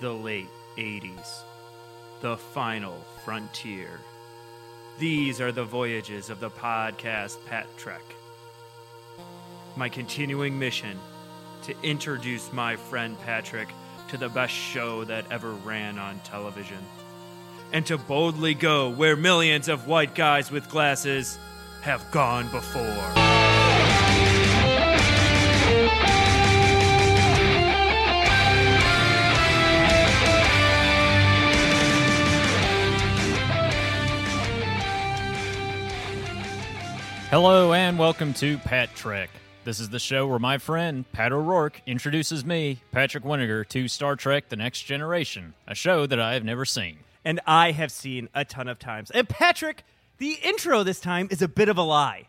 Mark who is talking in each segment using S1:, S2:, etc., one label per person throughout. S1: the late 80s, the final frontier. These are the voyages of the podcast Pat Trek. My continuing mission to introduce my friend Patrick to the best show that ever ran on television, and to boldly go where millions of white guys with glasses have gone before.
S2: Hello and welcome to Pat Trek. This is the show where my friend Pat O'Rourke introduces me, Patrick Winnegar, to Star Trek The Next Generation, a show that I have never seen.
S3: and I have seen a ton of times. And Patrick, the intro this time is a bit of a lie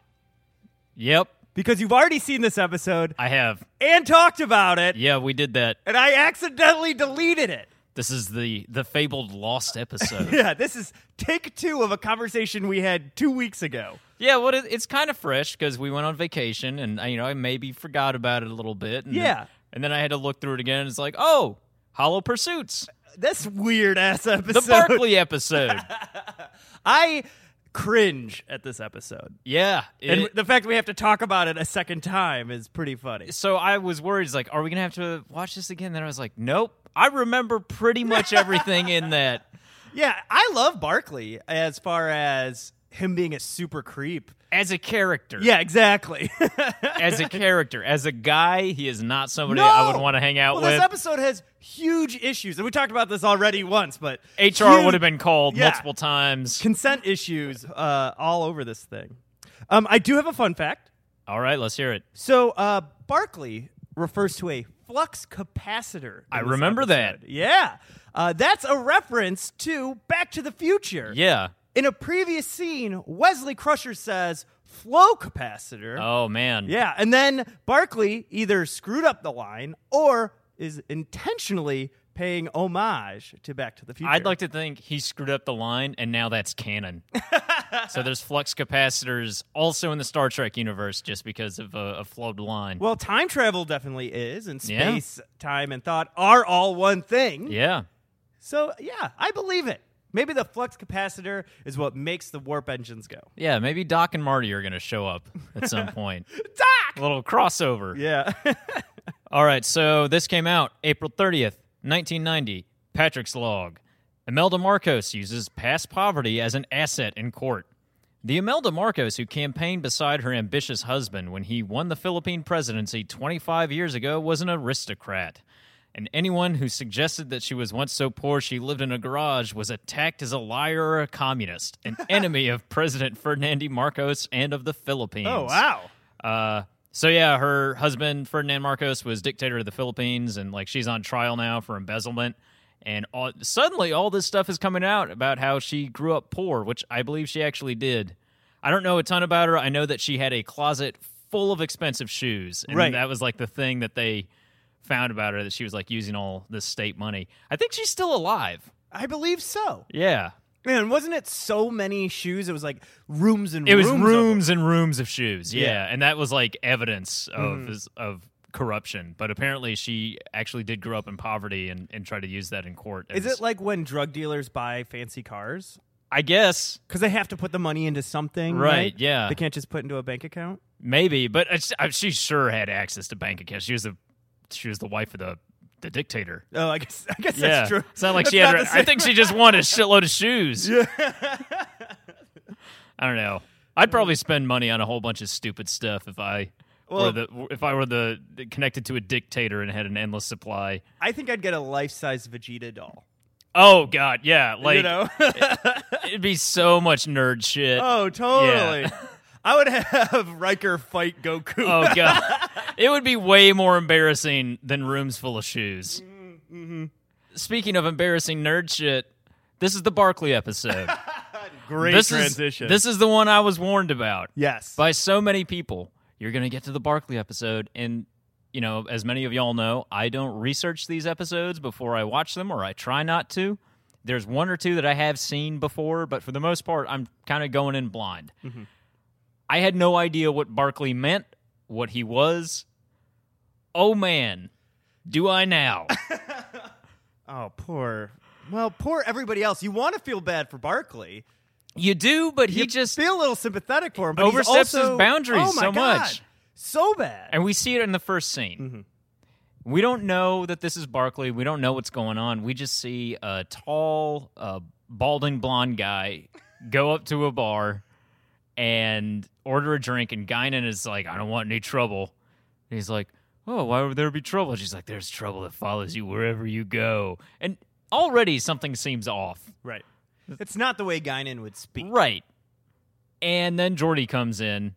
S2: Yep,
S3: because you've already seen this episode
S2: I have.
S3: and talked about it,
S2: Yeah, we did that.
S3: and I accidentally deleted it.
S2: This is the the fabled lost episode.
S3: Yeah, this is take two of a conversation we had two weeks ago.
S2: yeah, what it, it's kind of fresh because we went on vacation and I- you know I maybe forgot about it a little bit. And
S3: Yeah.
S2: then, and then I had to look through it again. and It's like, oh, Hollow Pursuits,
S3: This weird ass
S2: the
S3: episode.
S2: Barkley episode.
S3: I cringe at this episode.
S2: Yeah,
S3: and
S2: it-
S3: the fact we have to talk about it a second time is pretty funny.
S2: so I was worried. It's like, are we gonna have to watch this again? Then I was like, nope. I remember pretty much everything in that.
S3: Yeah, I love Barkley as far as him being a super creep.
S2: As a character,
S3: Yeah, exactly.
S2: As a character, as a guy, he is not somebody
S3: No!
S2: I would want to hang out
S3: well,
S2: with.
S3: this episode has huge issues, and we talked about this already once, but
S2: HR
S3: huge
S2: would have been called
S3: Yeah.
S2: multiple times.
S3: consent issues uh, all over this thing. Um, I do have a fun fact.
S2: All right, let's hear it.
S3: So uh, Barclay refers to a flux capacitor. in
S2: I
S3: this
S2: remember that.
S3: episode. Yeah, uh, that's a reference to Back to the Future.
S2: Yeah.
S3: In a previous scene, Wesley Crusher says flow capacitor.
S2: Oh man.
S3: Yeah, and then Barkley either screwed up the line or is intentionally paying homage to Back to the Future.
S2: I'd like to think he screwed up the line, and now that's canon. so there's flux capacitors also in the Star Trek universe, just because of a, a flawed line.
S3: Well, time travel definitely is, and
S2: Yeah.
S3: space, time, and thought are all one thing.
S2: yeah.
S3: So, yeah, I believe it. Maybe the flux capacitor is what makes the warp engines go.
S2: Yeah, maybe Doc and Marty are going to show up at some point.
S3: Doc!
S2: A little crossover.
S3: Yeah.
S2: All right, so this came out April 30th, 1990. Patrick's Log. Imelda Marcos uses past poverty as an asset in court. The Imelda Marcos who campaigned beside her ambitious husband when he won the Philippine presidency 25 years ago was an aristocrat. And anyone who suggested that she was once so poor she lived in a garage was attacked as a liar or a communist, an enemy of President Ferdinand Marcos and of the Philippines.
S3: oh, wow.
S2: Uh, so yeah, her husband Ferdinand Marcos was dictator of the Philippines, and like she's on trial now for embezzlement. And all, suddenly, all this stuff is coming out about how she grew up poor, which I believe she actually did. I don't know a ton about her. I know that she had a closet full of expensive shoes, and
S3: Right.
S2: that was like the thing that they found about her that she was like using all this state money. I think she's still alive.
S3: I believe so.
S2: Yeah,
S3: Man, wasn't it so many shoes? It was like rooms and
S2: it was
S3: rooms.
S2: rooms,
S3: of them.
S2: and rooms of shoes yeah,
S3: Yeah. Mm.
S2: and that was like evidence of of corruption but apparently she actually did grow up in poverty and and try to use that in court
S3: Is
S2: as-
S3: it like when drug dealers buy fancy cars?
S2: i guess
S3: Because they have to put the money into something,
S2: Right,
S3: right?
S2: yeah.
S3: They can't just put into a bank account.
S2: maybe but it's- uh, she sure had access to bank accounts she was the she was the wife of the the dictator
S3: Oh, I guess I guess
S2: yeah
S3: that's true.
S2: it's not like she
S3: That's not
S2: had her,
S3: the
S2: i
S3: same.
S2: think she just won a shitload of shoes yeah i don't know i'd probably spend money on a whole bunch of stupid stuff if i were
S3: Well-
S2: the if i were the connected to a dictator and had an endless supply
S3: I think I'd get a life-size Vegeta doll.
S2: Oh God, yeah, like
S3: you know?
S2: it'd be so much nerd shit. Oh,
S3: oh, totally. I would have Riker fight Goku.
S2: Oh, God, it would be way more embarrassing than rooms full of shoes.
S3: Mm, mm-hmm.
S2: Speaking of embarrassing nerd shit, this is the Barkley episode.
S3: Great
S2: this
S3: transition.
S2: is this is the one I was warned about
S3: yes.
S2: by so many people. You're gonna get to the Barkley episode, and you know, as many of y'all know, I don't research these episodes before I watch them, or I try not to. There's one or two that I have seen before, but for the most part, I'm kind of going in blind. I had no idea what Barkley meant, what he was. Oh man, do I now?
S3: Oh, poor. Well, poor everybody else. You want to feel bad for Barkley.
S2: You do, but he
S3: you
S2: just
S3: feel a little sympathetic for him, but he's
S2: oversteps his
S3: also-
S2: boundaries
S3: oh my
S2: so
S3: God,
S2: much.
S3: so bad.
S2: and we see it in the first scene. We don't know that this is Barkley. We don't know what's going on. We just see a tall, uh, balding blonde guy go up to a bar and order a drink. And Guinan is like, "I don't want any trouble." And he's like, "Oh, why would there be trouble?" She's like, "There's trouble that follows you wherever you go." And already something seems off.
S3: right, it's not the way Guinan would speak.
S2: Right. And then Jordy comes in.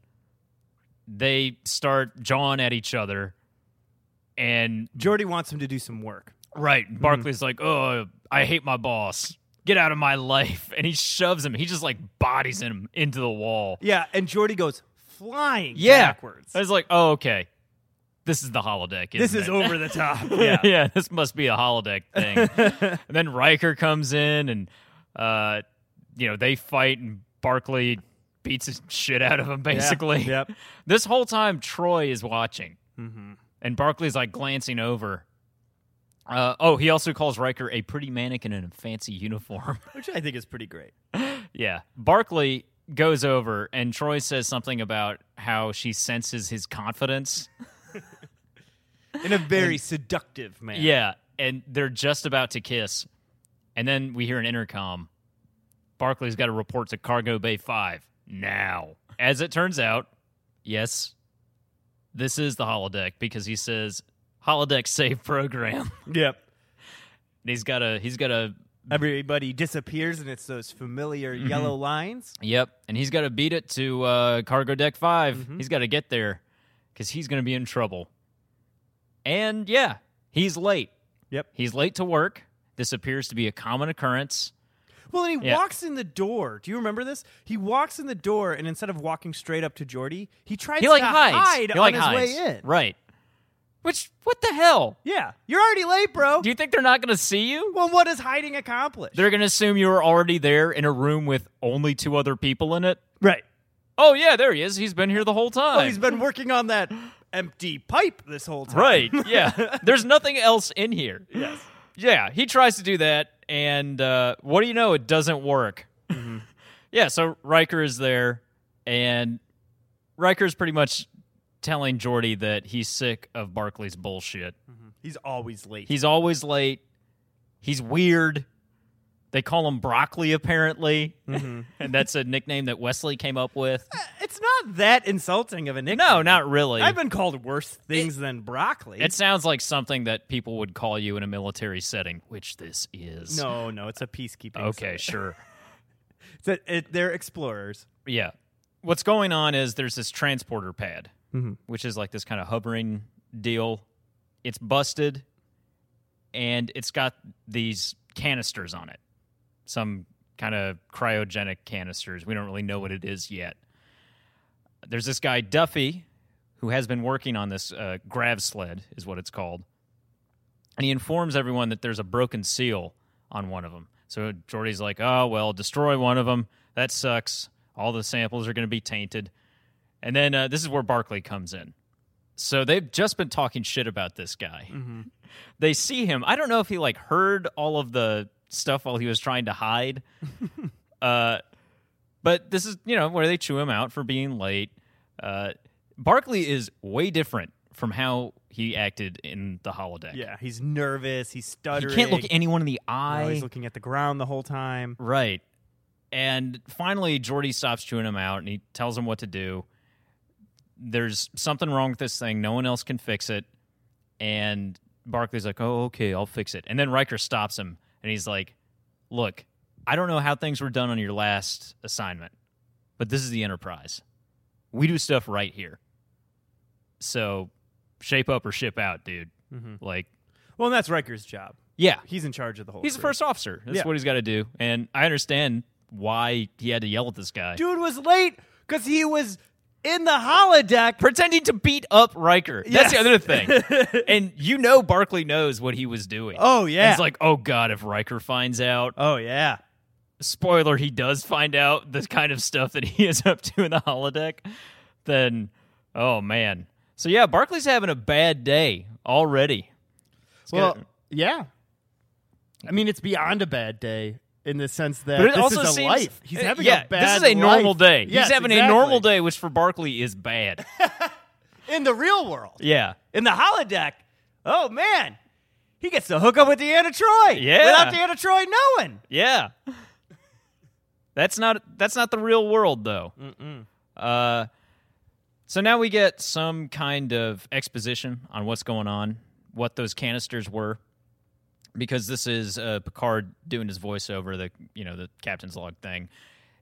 S2: They start jawing at each other. And
S3: Jordy wants him to do some work.
S2: right,
S3: Mm-hmm.
S2: Barkley's like, "Oh, I hate my boss. Get out of my life." And he shoves him. He just like bodies him into the wall.
S3: Yeah, and Jordy goes flying
S2: Yeah.
S3: backwards.
S2: I was like, "Oh, okay. This is the holodeck."
S3: This
S2: isn't
S3: is
S2: it?
S3: over the top.
S2: yeah.
S3: Yeah.
S2: this must be a holodeck thing. and then Riker comes in and uh you know, they fight and Barkley beats the shit out of him basically.
S3: Yep.
S2: This whole time Troy is watching
S3: hmm
S2: and Barkley's like glancing over. Uh, oh, he also calls Riker a pretty mannequin in a fancy uniform.
S3: Which I think is pretty great.
S2: yeah. Barkley goes over and Troy says something about how she senses his confidence.
S3: In a very seductive man.
S2: Yeah, and they're just about to kiss, and then we hear an intercom. Barclay's got to report to Cargo Bay Five now. As it turns out, yes, this is the holodeck because he says holodeck save program.
S3: Yep.
S2: And he's got a he's got a
S3: Everybody disappears, and it's those familiar
S2: Mm-hmm.
S3: yellow lines.
S2: yep, and he's got to beat it to uh, Cargo Deck 5 he He's got to get there because he's going to be in trouble. And yeah, he's late.
S3: Yep.
S2: He's late to work. This appears to be a common occurrence.
S3: Well, and he
S2: Yeah.
S3: walks in the door. Do you remember this? He walks in the door, and instead of walking straight up to Jordy, he tries
S2: he like
S3: to
S2: hides.
S3: hide
S2: he
S3: on
S2: like
S3: his
S2: hides.
S3: way in.
S2: Right. Which what the hell?
S3: Yeah, you're already late, bro.
S2: Do you think they're not going to see you?
S3: well, what does hiding accomplish?
S2: They're going to assume you were already there in a room with only two other people in it.
S3: right.
S2: Oh yeah, there he is. He's been here the whole time.
S3: Well, Oh, he's been working on that empty pipe this whole time.
S2: right. Yeah. There's nothing else in here. Yes. Yeah, he tries to do that and uh, what do you know it doesn't work.
S3: Mm-hmm.
S2: yeah, so Riker is there and Riker's pretty much telling Jordy that he's sick of Barclay's bullshit.
S3: He's always late.
S2: He's always late. He's weird. They call him Broccoli, apparently.
S3: Mm-hmm.
S2: and that's a nickname that Wesley came up with.
S3: it's not that insulting of a nickname.
S2: No, not really.
S3: I've been called worse things than broccoli.
S2: it sounds like something that people would call you in a military setting, which this is.
S3: no, no, it's a peacekeeping.
S2: Okay,
S3: service.
S2: sure.
S3: It's a- it- they're explorers.
S2: Yeah. What's going on is there's this transporter pad,
S3: Mhm.
S2: which is like this kind of hovering deal. It's busted and it's got these canisters on it, some kind of cryogenic canisters. We don't really know what it is yet. There's this guy, Duffy, who has been working on this uh, grav sled, is what it's called. And he informs everyone that there's a broken seal on one of them. So Jordy's like, oh, well, destroy one of them. That sucks. All the samples are going to be tainted. And then uh, this is where Barclay comes in. So they've just been talking shit about this guy.
S3: Mm-hmm.
S2: They see him. I don't know if he like heard all of the stuff while he was trying to hide. uh, but this is, you know, where they chew him out for being late. Uh, Barkley is way different from how he acted in the holodeck.
S3: Yeah, he's nervous. He's
S2: He
S3: stuttering.
S2: can't look anyone in the
S3: No,
S2: eye.
S3: he's looking at the ground the whole time.
S2: right. And finally, Jordy stops chewing him out and he tells him what to do. There's something wrong with this thing. No one else can fix it. And Barkley's like, oh, okay, I'll fix it. And then Riker stops him and he's like, look, I don't know how things were done on your last assignment, but this is the Enterprise. We do stuff right here. So shape up or ship out, dude. Like,
S3: Mm-hmm. Well, and that's Riker's job.
S2: yeah,
S3: He's in charge of the whole.
S2: He's the
S3: crew.
S2: first officer. That's
S3: Yeah.
S2: what he's got to do. And I understand why he had to yell at this guy.
S3: dude was late because he was in the holodeck.
S2: Pretending to beat up Riker. That's the
S3: Yes.
S2: other thing. and you know Barkley knows what he was doing.
S3: Oh, yeah.
S2: And He's like, oh God, if Riker finds out.
S3: Oh yeah,
S2: Spoiler, he does find out the kind of stuff that he is up to in the holodeck. Then, oh man. So yeah, Barkley's having a bad day already.
S3: well,
S2: gonna-
S3: yeah. I mean, it's beyond a bad day in the sense that
S2: But it
S3: this
S2: also
S3: is a
S2: seems
S3: life. He's
S2: uh,
S3: having
S2: yeah,
S3: a bad.
S2: This is a normal
S3: life.
S2: day.
S3: Yes,
S2: He's having
S3: exactly.
S2: a normal day, which for Barkley is bad.
S3: in the real world.
S2: yeah.
S3: In the holodeck, oh man, he gets to hook up with Deanna Troy
S2: Yeah.
S3: without Deanna Troy knowing.
S2: Yeah. That's not that's not the real world though. Uh, so now we get some kind of exposition on what's going on, what those canisters were, because this is uh, Picard doing his voiceover, the you know the captain's log thing.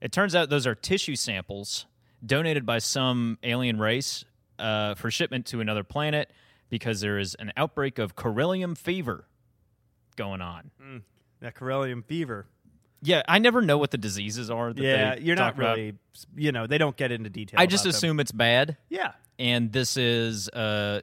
S2: It turns out those are tissue samples donated by some alien race uh, for shipment to another planet because there is an outbreak of Corellium fever going on.
S3: That Corellium fever.
S2: Yeah, I never know what the diseases are. That
S3: Yeah,
S2: they
S3: you're
S2: talk
S3: not
S2: about.
S3: really. You know, they don't get into detail.
S2: I just
S3: about them.
S2: assume it's bad,
S3: Yeah,
S2: and this is, uh,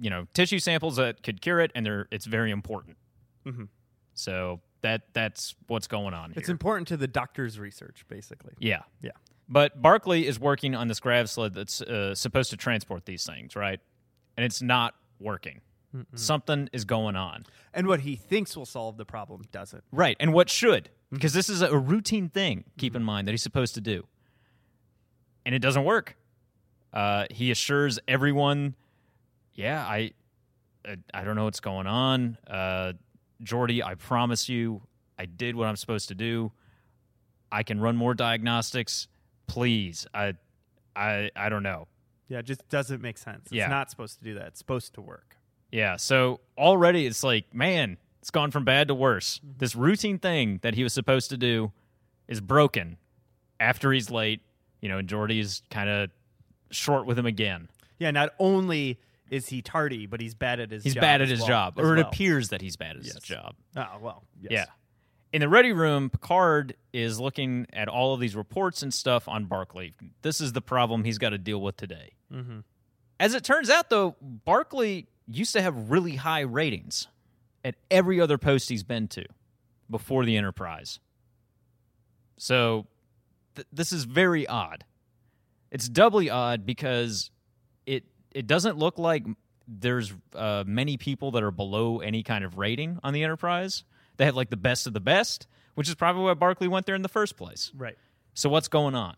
S2: you know, tissue samples that could cure it, and they're it's very important.
S3: Mhm.
S2: So that that's what's going on
S3: it's
S2: here.
S3: important to the doctor's research, basically.
S2: yeah,
S3: Yeah.
S2: But Barclay is working on this grav sled that's uh, supposed to transport these things, right? And it's not working. Something is going on.
S3: And what he thinks will solve the problem doesn't.
S2: Right. And what should? Because this is a routine thing, keep in mind, that he's supposed to do. And it doesn't work. Uh, he assures everyone, yeah, I, I, I don't know what's going on. Uh, Jordy, I promise you, I did what I'm supposed to do. I can run more diagnostics. Please. I, I, I don't know.
S3: Yeah, it just doesn't make sense. It's
S2: Yeah.
S3: not supposed to do that. It's supposed to work.
S2: Yeah. So already it's like, man, it's gone from bad to worse.
S3: Mm-hmm.
S2: This routine thing that he was supposed to do is broken after he's late, you know, and Jordy's kind of short with him again.
S3: Yeah, not only is he tardy, but he's bad at his
S2: He's
S3: job.
S2: bad at
S3: as
S2: his
S3: well-
S2: job,
S3: as
S2: or it
S3: well.
S2: appears that he's bad at
S3: Yes.
S2: his job.
S3: Oh, well, yes.
S2: Yeah. In the ready room, Picard is looking at all of these reports and stuff on Barclay. This is the problem he's got to deal with today.
S3: Mhm.
S2: As it turns out, though, Barclay used to have really high ratings at every other post he's been to before the Enterprise. So th- this is very odd. It's doubly odd because it it doesn't look like there's uh, many people that are below any kind of rating on the Enterprise. They have like the best of the best, which is probably why Barclay went there in the first place.
S3: Right.
S2: So what's going on?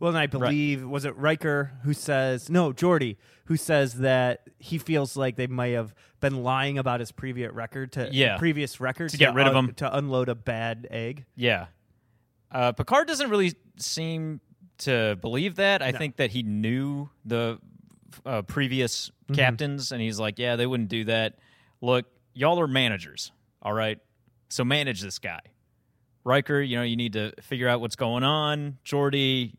S3: Well, and I believe was it Riker who says no, Jordy who says that he feels like they may have been lying about his previous record to
S2: Yeah.
S3: previous record to
S2: get rid of
S3: un-
S2: him.
S3: to unload a bad egg.
S2: Yeah. Uh, Picard doesn't really seem to believe that. I think that he knew the uh, previous captains, and he's like, yeah, they wouldn't do that. Look, y'all are managers, all right? So manage this guy. Riker, you know, you need to figure out what's going on. Jordy,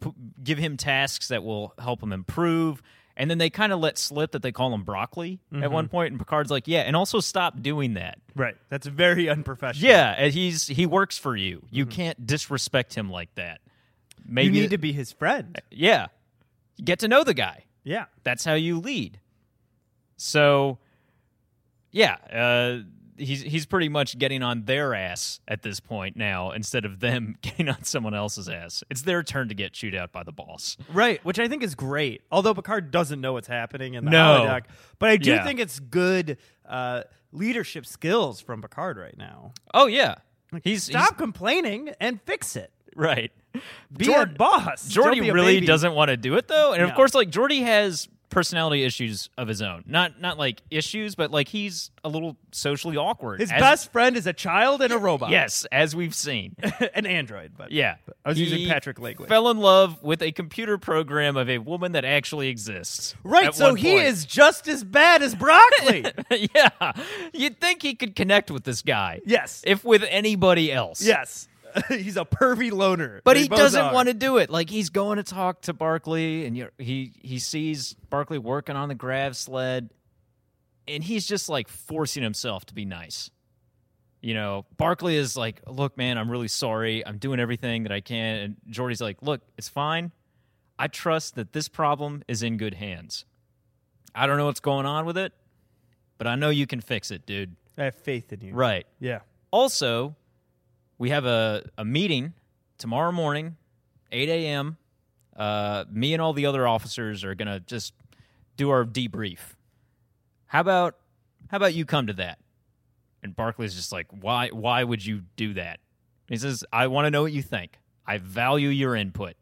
S2: p- give him tasks that will help him improve. And then they kind of let slip that they call him broccoli at one point, and Picard's like, "Yeah, and also stop doing that."
S3: Right. That's very unprofessional.
S2: Yeah, and he's he works for you. You can't disrespect him like that.
S3: Mm-hmm. You
S2: Maybe
S3: need to be his friend.
S2: yeah. Get to know the guy.
S3: Yeah.
S2: That's how you lead. So yeah, uh he's he's pretty much getting on their ass at this point now instead of them getting on someone else's ass. It's their turn to get chewed out by the boss.
S3: Right, which I think is great. Although Picard doesn't know what's happening in the
S2: No.
S3: holodeck, but I do
S2: Yeah.
S3: think it's good uh, leadership skills from Picard right now.
S2: Oh yeah. He's, he's-
S3: Stop complaining and fix it.
S2: right.
S3: Be a
S2: Jordan-
S3: boss. Don't be
S2: Jordy
S3: a
S2: really
S3: baby.
S2: doesn't want to do it though, and
S3: No.
S2: of course, like Jordy has personality issues of his own. Not not like issues, but like he's a little socially awkward.
S3: His
S2: as-
S3: best friend is a child and a robot.
S2: yes, as we've seen.
S3: an android. But
S2: Yeah,
S3: I was using
S2: He
S3: Patrick language.
S2: Fell in love with a computer program of a woman that actually exists.
S3: right.
S2: at
S3: So
S2: one
S3: he
S2: point.
S3: is just as bad as broccoli.
S2: yeah, you'd think he could connect with this guy.
S3: yes.
S2: if with anybody else.
S3: yes. He's a pervy loner.
S2: But
S3: They
S2: he
S3: both
S2: doesn't
S3: are.
S2: want to do it. Like he's going to talk to Barkley, and you he he sees Barkley working on the grav sled, and he's just like forcing himself to be nice. You know, Barkley is like, "Look, man, I'm really sorry. I'm doing everything that I can." And Jordy's like, "Look, it's fine. I trust that this problem is in good hands. I don't know what's going on with it, but I know you can fix it, dude."
S3: I have faith in you.
S2: Right
S3: Yeah.
S2: also, we have a, a meeting tomorrow morning, 8 a.m. Uh, me and all the other officers are going to just do our debrief. How about how about you come to that? And Barclay's just like, why? Why would you do that? He says, I want to know what you think. I value your input.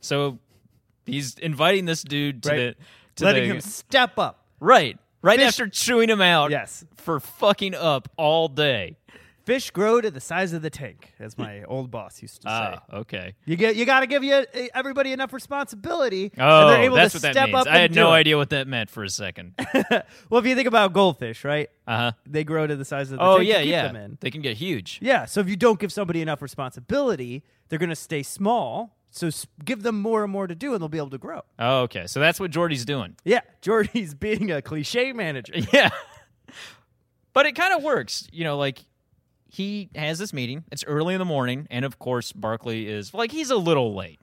S2: So he's inviting this dude to
S3: Right.
S2: the to
S3: letting
S2: the,
S3: him step up.
S2: right right
S3: Fish-
S2: after chewing him out
S3: Yes.
S2: for fucking up all day.
S3: Fish grow to the size of the tank, as my old boss used to say.
S2: Ah, okay.
S3: You get you got to give you eh, everybody enough responsibility,
S2: Oh,
S3: and they're able
S2: that's
S3: to
S2: what that
S3: step
S2: means.
S3: up.
S2: I had
S3: and
S2: no
S3: do it.
S2: idea what that meant for a second. Uh
S3: Well, if you think about goldfish, right?
S2: huh.
S3: They grow to the size of the
S2: Oh
S3: tank. you
S2: yeah,
S3: keep
S2: yeah.
S3: Them in.
S2: They can get huge.
S3: Yeah. So if you don't give somebody enough responsibility, they're going to stay small. So s- give them more and more to do, and they'll be able to grow.
S2: Oh, okay. So that's what Jordy's doing.
S3: Yeah, Jordy's being a cliche manager.
S2: Yeah. but it kind of works. You know, like he has this meeting. It's early in the morning, and of course Barkley is like he's a little late.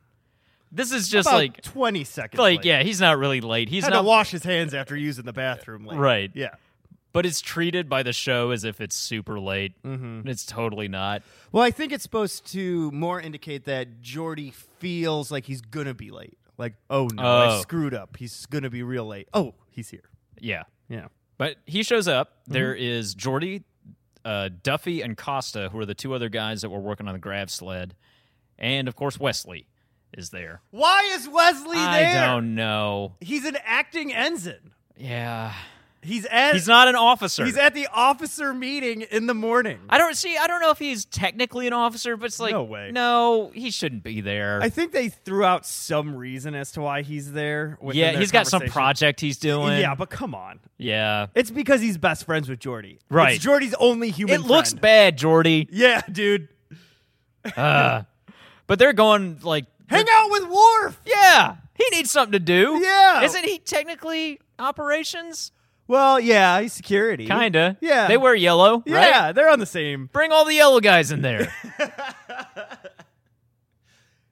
S2: This is just
S3: About
S2: like
S3: twenty seconds.
S2: like
S3: late.
S2: yeah, he's not really late. He's
S3: had
S2: not
S3: to wash his hands after using the bathroom. Like,
S2: Right.
S3: Yeah.
S2: but it's treated by the show as if it's super late. Mm-hmm. It's totally not.
S4: Well, I think it's supposed to more indicate that Jordy feels like he's gonna be late. Like, oh no,
S2: Oh.
S4: I screwed up. He's gonna be real late. Oh, he's here.
S2: Yeah.
S3: Yeah.
S2: But he shows up.
S3: Mm-hmm.
S2: There is Jordy, uh, Duffy, and Costa, who are the two other guys that were working on the grab sled. And of course, Wesley is there.
S4: Why is Wesley there?
S2: I don't know.
S4: He's an acting ensign.
S2: Yeah.
S4: He's at
S2: He's not an officer.
S4: he's at the officer meeting in the morning.
S2: I don't see. I don't know if he's technically an officer, but it's like
S3: No way.
S2: No, he shouldn't be there.
S3: I think they threw out some reason as to why he's there. within
S2: yeah,
S3: their
S2: he's got some
S3: conversation.
S2: project he's doing.
S3: Yeah, but come on,
S2: yeah.
S3: it's because he's best friends with Jordy.
S2: Right.
S3: It's Jordy's only human.
S2: It looks
S3: friend.
S2: bad, Jordy.
S3: Yeah, dude.
S2: Uh, but they're going like
S4: Hang out with Worf.
S2: Yeah, he needs something to do.
S3: Yeah.
S2: isn't he technically operations?
S3: Well, yeah, he's security.
S2: Kinda.
S3: Hmm? Yeah.
S2: they wear yellow. right?
S3: Yeah, they're on the same.
S2: bring all the yellow guys in there.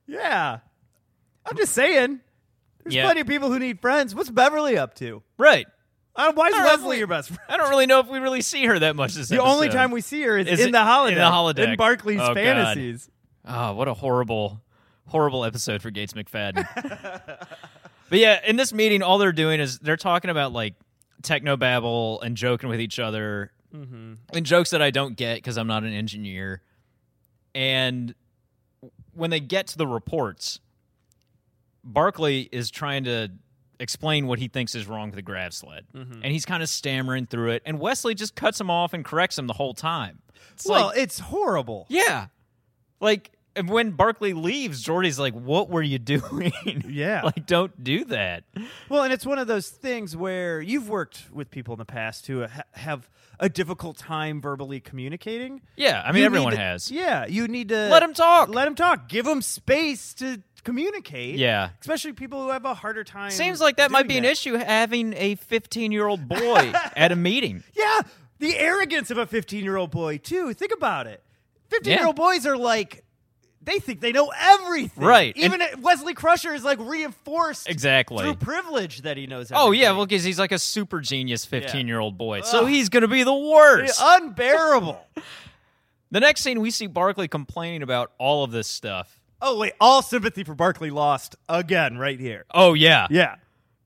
S3: Yeah. I'm just saying. There's
S2: Yeah.
S3: plenty of people who need friends. What's Beverly up to?
S2: right.
S3: Uh, why is
S2: I don't know if
S3: Leslie
S2: we-
S3: your best friend?
S2: I don't really know if we really see her that much. This
S3: The only time we see her is,
S2: Is
S3: in
S2: it-
S3: the holiday.
S2: in the holodeck.
S3: In Barclay's
S2: Oh, God.
S3: fantasies.
S2: Oh, what a horrible, horrible episode for Gates McFadden. but yeah, in this meeting, all they're doing is they're talking about like techno babble and joking with each other, and jokes that I don't get because I'm not an engineer. And when they get to the reports, Barclay is trying to explain what he thinks is wrong with the grav sled, and he's kind of stammering through it. And Wesley just cuts him off and corrects him the whole time. It's
S3: well,
S2: like-
S3: it's horrible.
S2: yeah. Like and when Barkley leaves, Jordy's like, "What were you doing?
S3: Yeah.
S2: like don't do that."
S3: Well, and it's one of those things where you've worked with people in the past who ha- have a difficult time verbally communicating.
S2: Yeah, I mean
S3: You
S2: everyone
S3: need to-
S2: has.
S3: Yeah, you need to
S2: Let 'em talk.
S3: Let them talk. Give them space to communicate.
S2: Yeah.
S3: especially people who have a harder time.
S2: Seems like that might be
S3: doing
S2: an issue having a 15-year-old boy at a meeting.
S3: Yeah, the arrogance of a 15 year old boy, too. Think about it. 15 year old boys are like, they think they know everything.
S2: Right,
S3: Even uh, Wesley Crusher is like reinforced
S2: Exactly.
S3: through privilege that he knows everything.
S2: Oh yeah, well cuz he's like a super genius 15-year-old boy. So he's going to be the worst.
S3: Unbearable.
S2: The next scene we see Barkley complaining about all of this stuff.
S3: oh, wait. All sympathy for Barkley lost again right here.
S2: Oh yeah.
S3: Yeah.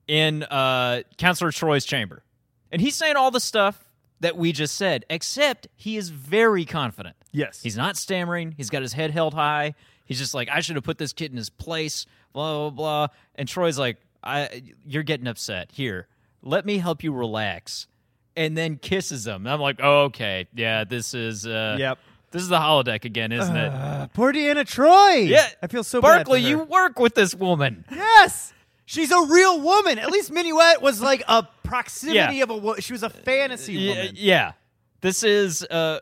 S2: in uh, Counselor Troy's chamber. And he's saying all the stuff that we just said, except he is very confident.
S3: Yes.
S2: He's not stammering. He's got his head held high. He's just like, I should have put this kid in his place, blah, blah, blah. And Troy's like, I, You're getting upset. Here, let me help you relax. And then kisses him. And I'm like, oh, okay. Yeah, this is. Uh,
S3: Yep.
S2: This is the holodeck again, isn't it?
S3: Uh, poor Deanna Troy.
S2: yeah.
S3: I feel so bad.
S2: Barkley,
S3: for her.
S2: you work with this woman.
S3: Yes. She's a real woman. At least Minuet was like a proximity
S2: Yeah.
S3: of a woman. She was a fantasy
S2: Y-
S3: woman.
S2: Yeah. This is uh,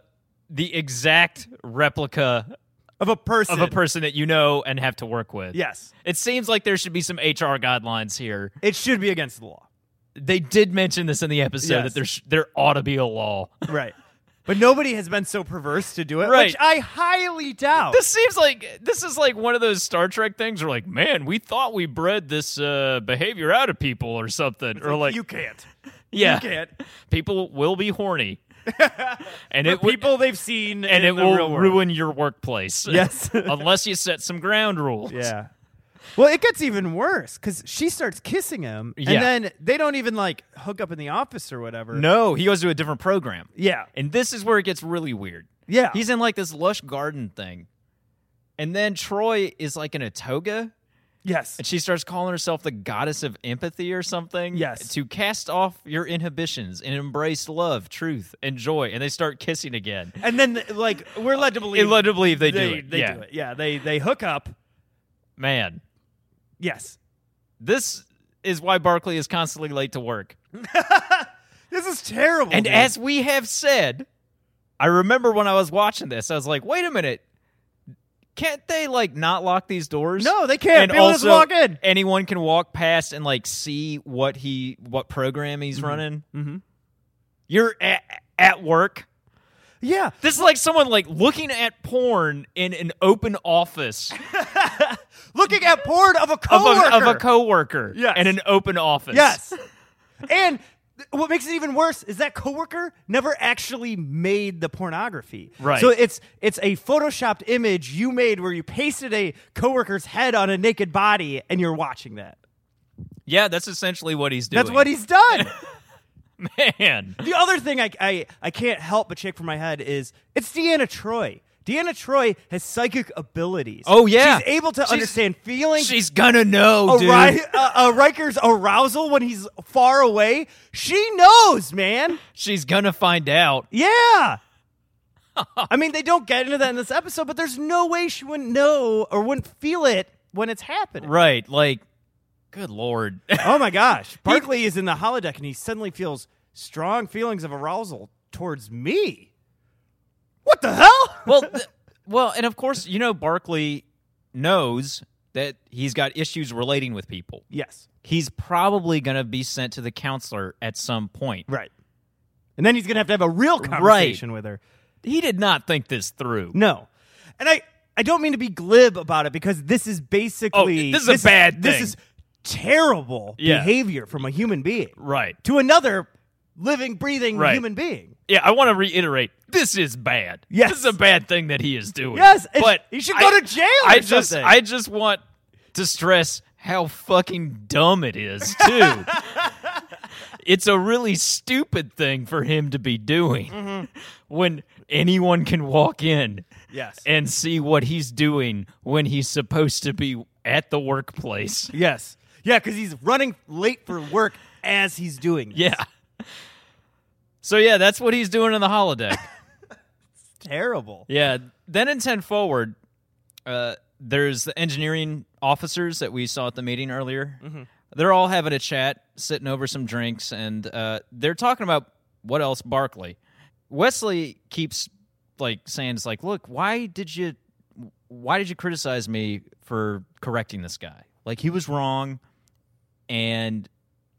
S2: the exact replica
S3: Of a person.
S2: of a person that you know and have to work with.
S3: Yes.
S2: It seems like there should be some HR guidelines here.
S3: It should be against the law.
S2: They did mention this in the episode
S3: Yes.
S2: that there sh- there ought to be a law.
S3: Right. But nobody has been so perverse to do it,
S2: Right.
S3: which I highly doubt.
S2: This seems like this is like one of those Star Trek things where like, man, we thought we bred this uh, behavior out of people or something, or like,
S3: you can't.
S2: yeah,
S3: You can't.
S2: people will be horny, and it would-
S3: People they've seen
S2: and
S3: in
S2: it
S3: the real
S2: will
S3: world.
S2: ruin your workplace.
S3: Yes.
S2: unless you set some ground rules.
S3: yeah. Well, it gets even worse because she starts kissing him, and
S2: Yeah.
S3: then they don't even like hook up in the office or whatever.
S2: No, he goes to a different program.
S3: Yeah.
S2: And this is where it gets really weird.
S3: Yeah.
S2: He's in like this lush garden thing. And then Troy is like in a toga
S3: Yes.
S2: and she starts calling herself the goddess of empathy or something.
S3: Yes.
S2: To cast off your inhibitions and embrace love, truth, and joy. And they start kissing again.
S3: And then like we're led to believe
S2: It led to believe they,
S3: they
S2: do it.
S3: they
S2: yeah.
S3: do it. Yeah. They they hook up.
S2: Man,
S3: Yes.
S2: this is why Barkley is constantly late to work.
S3: This is terrible.
S2: And
S3: dude.
S2: as we have said, I remember when I was watching this, I was like, wait a minute. Can't they like not lock these doors?
S3: No, they can't.
S2: And
S3: People just
S2: also,
S3: walk in.
S2: Anyone can walk past and like see what he what program he's running. Mm-hmm. You're at, at work.
S3: yeah,
S2: This is like someone like looking at porn in an open office
S3: looking at porn of a
S2: of
S3: coworker.
S2: a, of a coworker
S3: Yes.
S2: in an open office.
S3: yes. and th- what makes it even worse is that coworker never actually made the pornography.
S2: Right.
S3: So it's it's a photoshopped image you made where you pasted a coworker's head on a naked body and you're watching that.
S2: Yeah, that's essentially what he's doing.
S3: That's what he's done.
S2: he man.
S3: The other thing I, I, I can't help but shake from my head is it's Deanna Troy. Deanna Troy has psychic abilities.
S2: Oh, yeah.
S3: she's able to
S2: She's-
S3: understand feelings.
S2: She's gonna know,
S3: a,
S2: dude.
S3: Ri- a, a Riker's arousal when he's far away. She knows, man.
S2: She's gonna find out.
S3: Yeah. I mean, they don't get into that in this episode, but there's no way she wouldn't know or wouldn't feel it when it's happening.
S2: Right, like, good lord.
S3: Oh my gosh. Barkley is in the holodeck and he suddenly feels strong feelings of arousal towards me. What the hell?
S2: well, th- well, and of course, you know, Barkley knows that he's got issues relating with people.
S3: Yes.
S2: He's probably going to be sent to the counselor at some point.
S3: Right. And then he's going to have to have a real conversation with her.
S2: He did not think this through.
S3: No. And I I don't mean to be glib about it because this is basically
S2: Oh, this is a bad
S3: This
S2: thing.
S3: is terrible
S2: Yeah.
S3: behavior from a human being
S2: Right.
S3: to another living breathing
S2: Right.
S3: human being.
S2: Yeah, I want to reiterate this is bad.
S3: Yes.
S2: This is a bad thing that he is doing.
S3: Yes, it-
S2: but
S3: he should go
S2: I-
S3: to jail or
S2: I just
S3: something.
S2: I just want to stress how fucking dumb it is, too. it's a really stupid thing for him to be doing
S3: Mm-hmm.
S2: when anyone can walk in
S3: Yes.
S2: and see what he's doing when he's supposed to be at the workplace.
S3: yes. Yeah, cuz he's running late for work as he's doing this.
S2: Yeah. So yeah, that's what he's doing in the holodeck.
S3: Terrible.
S2: Yeah. Then in 10 forward, uh, there's the engineering officers that we saw at the meeting earlier. They're all having a chat, sitting over some drinks, and uh, they're talking about what else, Barkley. Wesley keeps like saying, "It's like, look, why did you, why did you criticize me for correcting this guy? Like he was wrong, and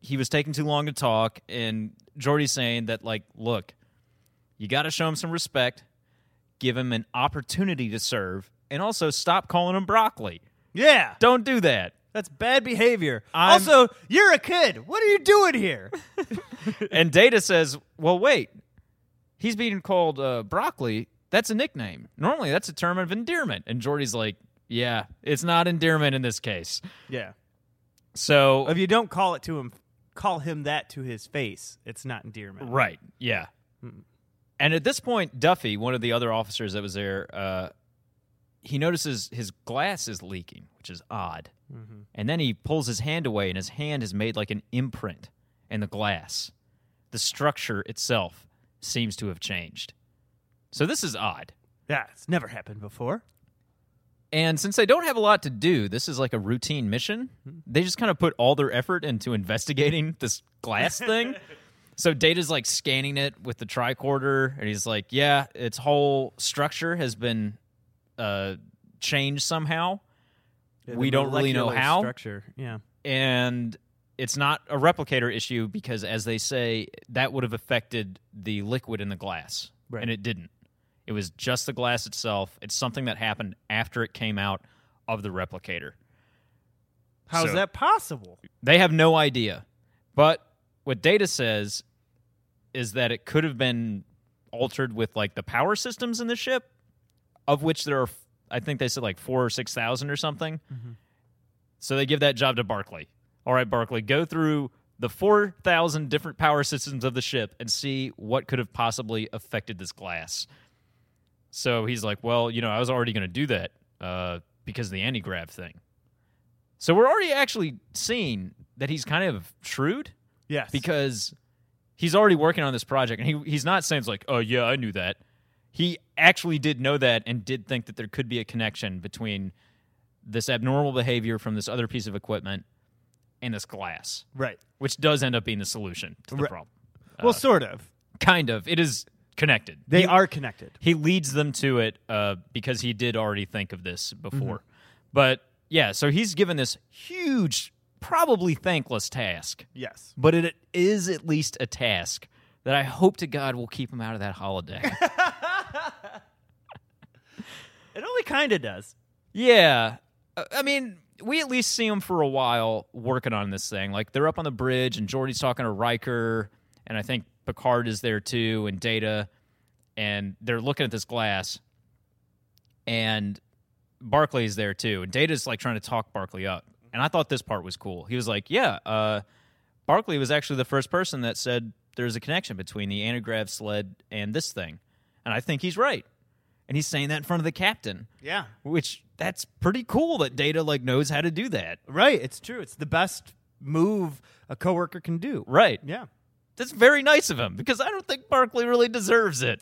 S2: he was taking too long to talk." And Jordy's saying that, like, look, you got to show him some respect give him an opportunity to serve, and also stop calling him broccoli.
S3: Yeah.
S2: Don't do that.
S3: That's bad behavior.
S2: I'm-
S3: also, you're a kid. What are you doing here?
S2: and Data says, "Well, wait, he's being called uh, broccoli. That's a nickname. Normally, that's a term of endearment." And Jordy's like, "Yeah, it's not endearment in this case."
S3: yeah.
S2: So
S3: If you don't call it to him, call him that to his face. It's not endearment.
S2: Right. Yeah. And at this point, Duffy, one of the other officers that was there, uh, he notices his glass is leaking, which is odd. And then he pulls his hand away, and his hand has made like an imprint in the glass. The structure itself seems to have changed. So this is odd.
S3: Yeah, it's never happened before.
S2: And since they don't have a lot to do, this is like a routine mission. They just kind of put all their effort into investigating this glass thing. so Data's like scanning it with the tricorder, and he's like, "Yeah, its whole structure has been uh, changed somehow,
S3: Yeah,
S2: We
S3: the
S2: don't really know
S3: molecular
S2: how.
S3: Structure. Yeah.
S2: and it's not a replicator issue because, as they say, that would have affected the liquid in the glass,
S3: Right.
S2: and it didn't. It was just the glass itself. It's something that happened after it came out of the replicator."
S3: How's
S2: So-
S3: that possible?
S2: They have no idea. But what data says is that it could have been altered with like the power systems in the ship, of which there are, I think they said like four or 6,000 or something. So they give that job to Barclay. All right, Barclay, go through the 4,000 different power systems of the ship and see what could have possibly affected this glass. So he's like, well, you know, I was already going to do that uh, because of the anti grav thing. So we're already actually seeing that he's kind of shrewd
S3: Yes.
S2: because he's already working on this project and he, he's not saying it's like, oh, yeah, I knew that. He actually did know that and did think that there could be a connection between this abnormal behavior from this other piece of equipment and this glass,
S3: right.
S2: which does end up being the solution to the
S3: Right.
S2: problem.
S3: well, sort of.
S2: Kind of. It is connected.
S3: They
S2: He-
S3: are connected.
S2: he leads them to it uh, because he did already think of this before. But yeah, so he's given this huge, probably thankless task,
S3: Yes.
S2: but it is at least a task that I hope to God will keep him out of that holodeck.
S3: It only kind of does.
S2: yeah, Uh, I mean, we at least see him for a while working on this thing. Like they're up on the bridge, and Jordy's talking to Riker, and I think Picard is there too, and Data, and they're looking at this glass, and Barclay's there too, and Data's like trying to talk Barclay up. And I thought this part was cool. He was like, "Yeah, uh, Barclay was actually the first person that said there's a connection between the antigrav sled and this thing," and I think he's right. And he's saying that in front of the captain,
S4: Yeah.
S2: which that's pretty cool that Data like knows how to do that,
S4: Right. It's true. It's the best move a coworker can do.
S2: right?
S4: Yeah.
S2: That's very nice of him because I don't think Barkley really deserves it.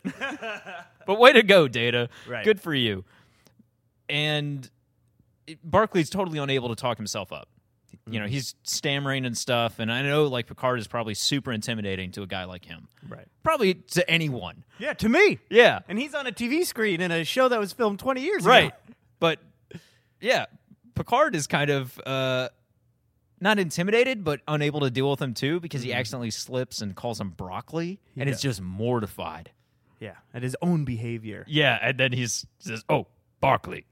S2: but way to go, Data.
S3: Right.
S2: Good for you. And it- Barkley's totally unable to talk himself up. You know, he's stammering and stuff. And I know like Picard is probably super intimidating to a guy like him,
S3: Right.
S2: probably to anyone.
S4: Yeah. To me.
S2: Yeah.
S4: And he's on a TV screen in a show that was filmed 20 years
S2: right
S4: ago.
S2: but yeah picard is kind of uh not intimidated but unable to deal with him too because he accidentally slips and calls him broccoli and it's just mortified
S3: Yeah.
S4: At his own behavior.
S2: yeah and then he's says oh barkley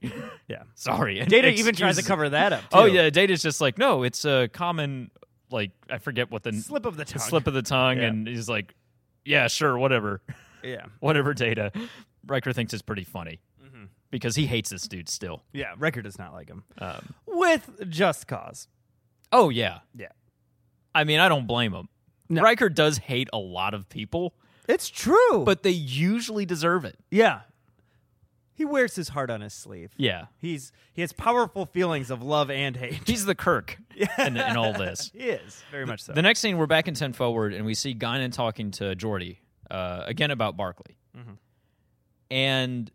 S3: Yeah.
S2: sorry and
S3: Data even tries to
S2: excuses-
S3: cover that up.
S2: oh
S3: too.
S2: yeah data's just like no it's a common like i forget what the
S4: Slip of the
S2: the
S4: tongue.
S2: slip of the tongue
S3: Yeah.
S2: and he's like yeah sure whatever
S3: Yeah.
S2: whatever data Riker thinks is pretty funny because he hates this dude still
S3: Yeah. Record does not like him.
S2: um,
S3: With just cause.
S2: oh yeah
S3: Yeah.
S2: I mean, I don't blame him.
S3: No.
S2: Riker does hate a lot of people,
S3: It's true.
S2: but they usually deserve it.
S3: yeah. He wears his heart on his sleeve.
S2: Yeah.
S3: He's he has powerful feelings of love and hate.
S2: He's the Kirk in, in all this.
S3: He is very much so.
S2: The next scene, we're back in 10 forward, and we see Guinan talking to Geordi uh, again about Barkley. And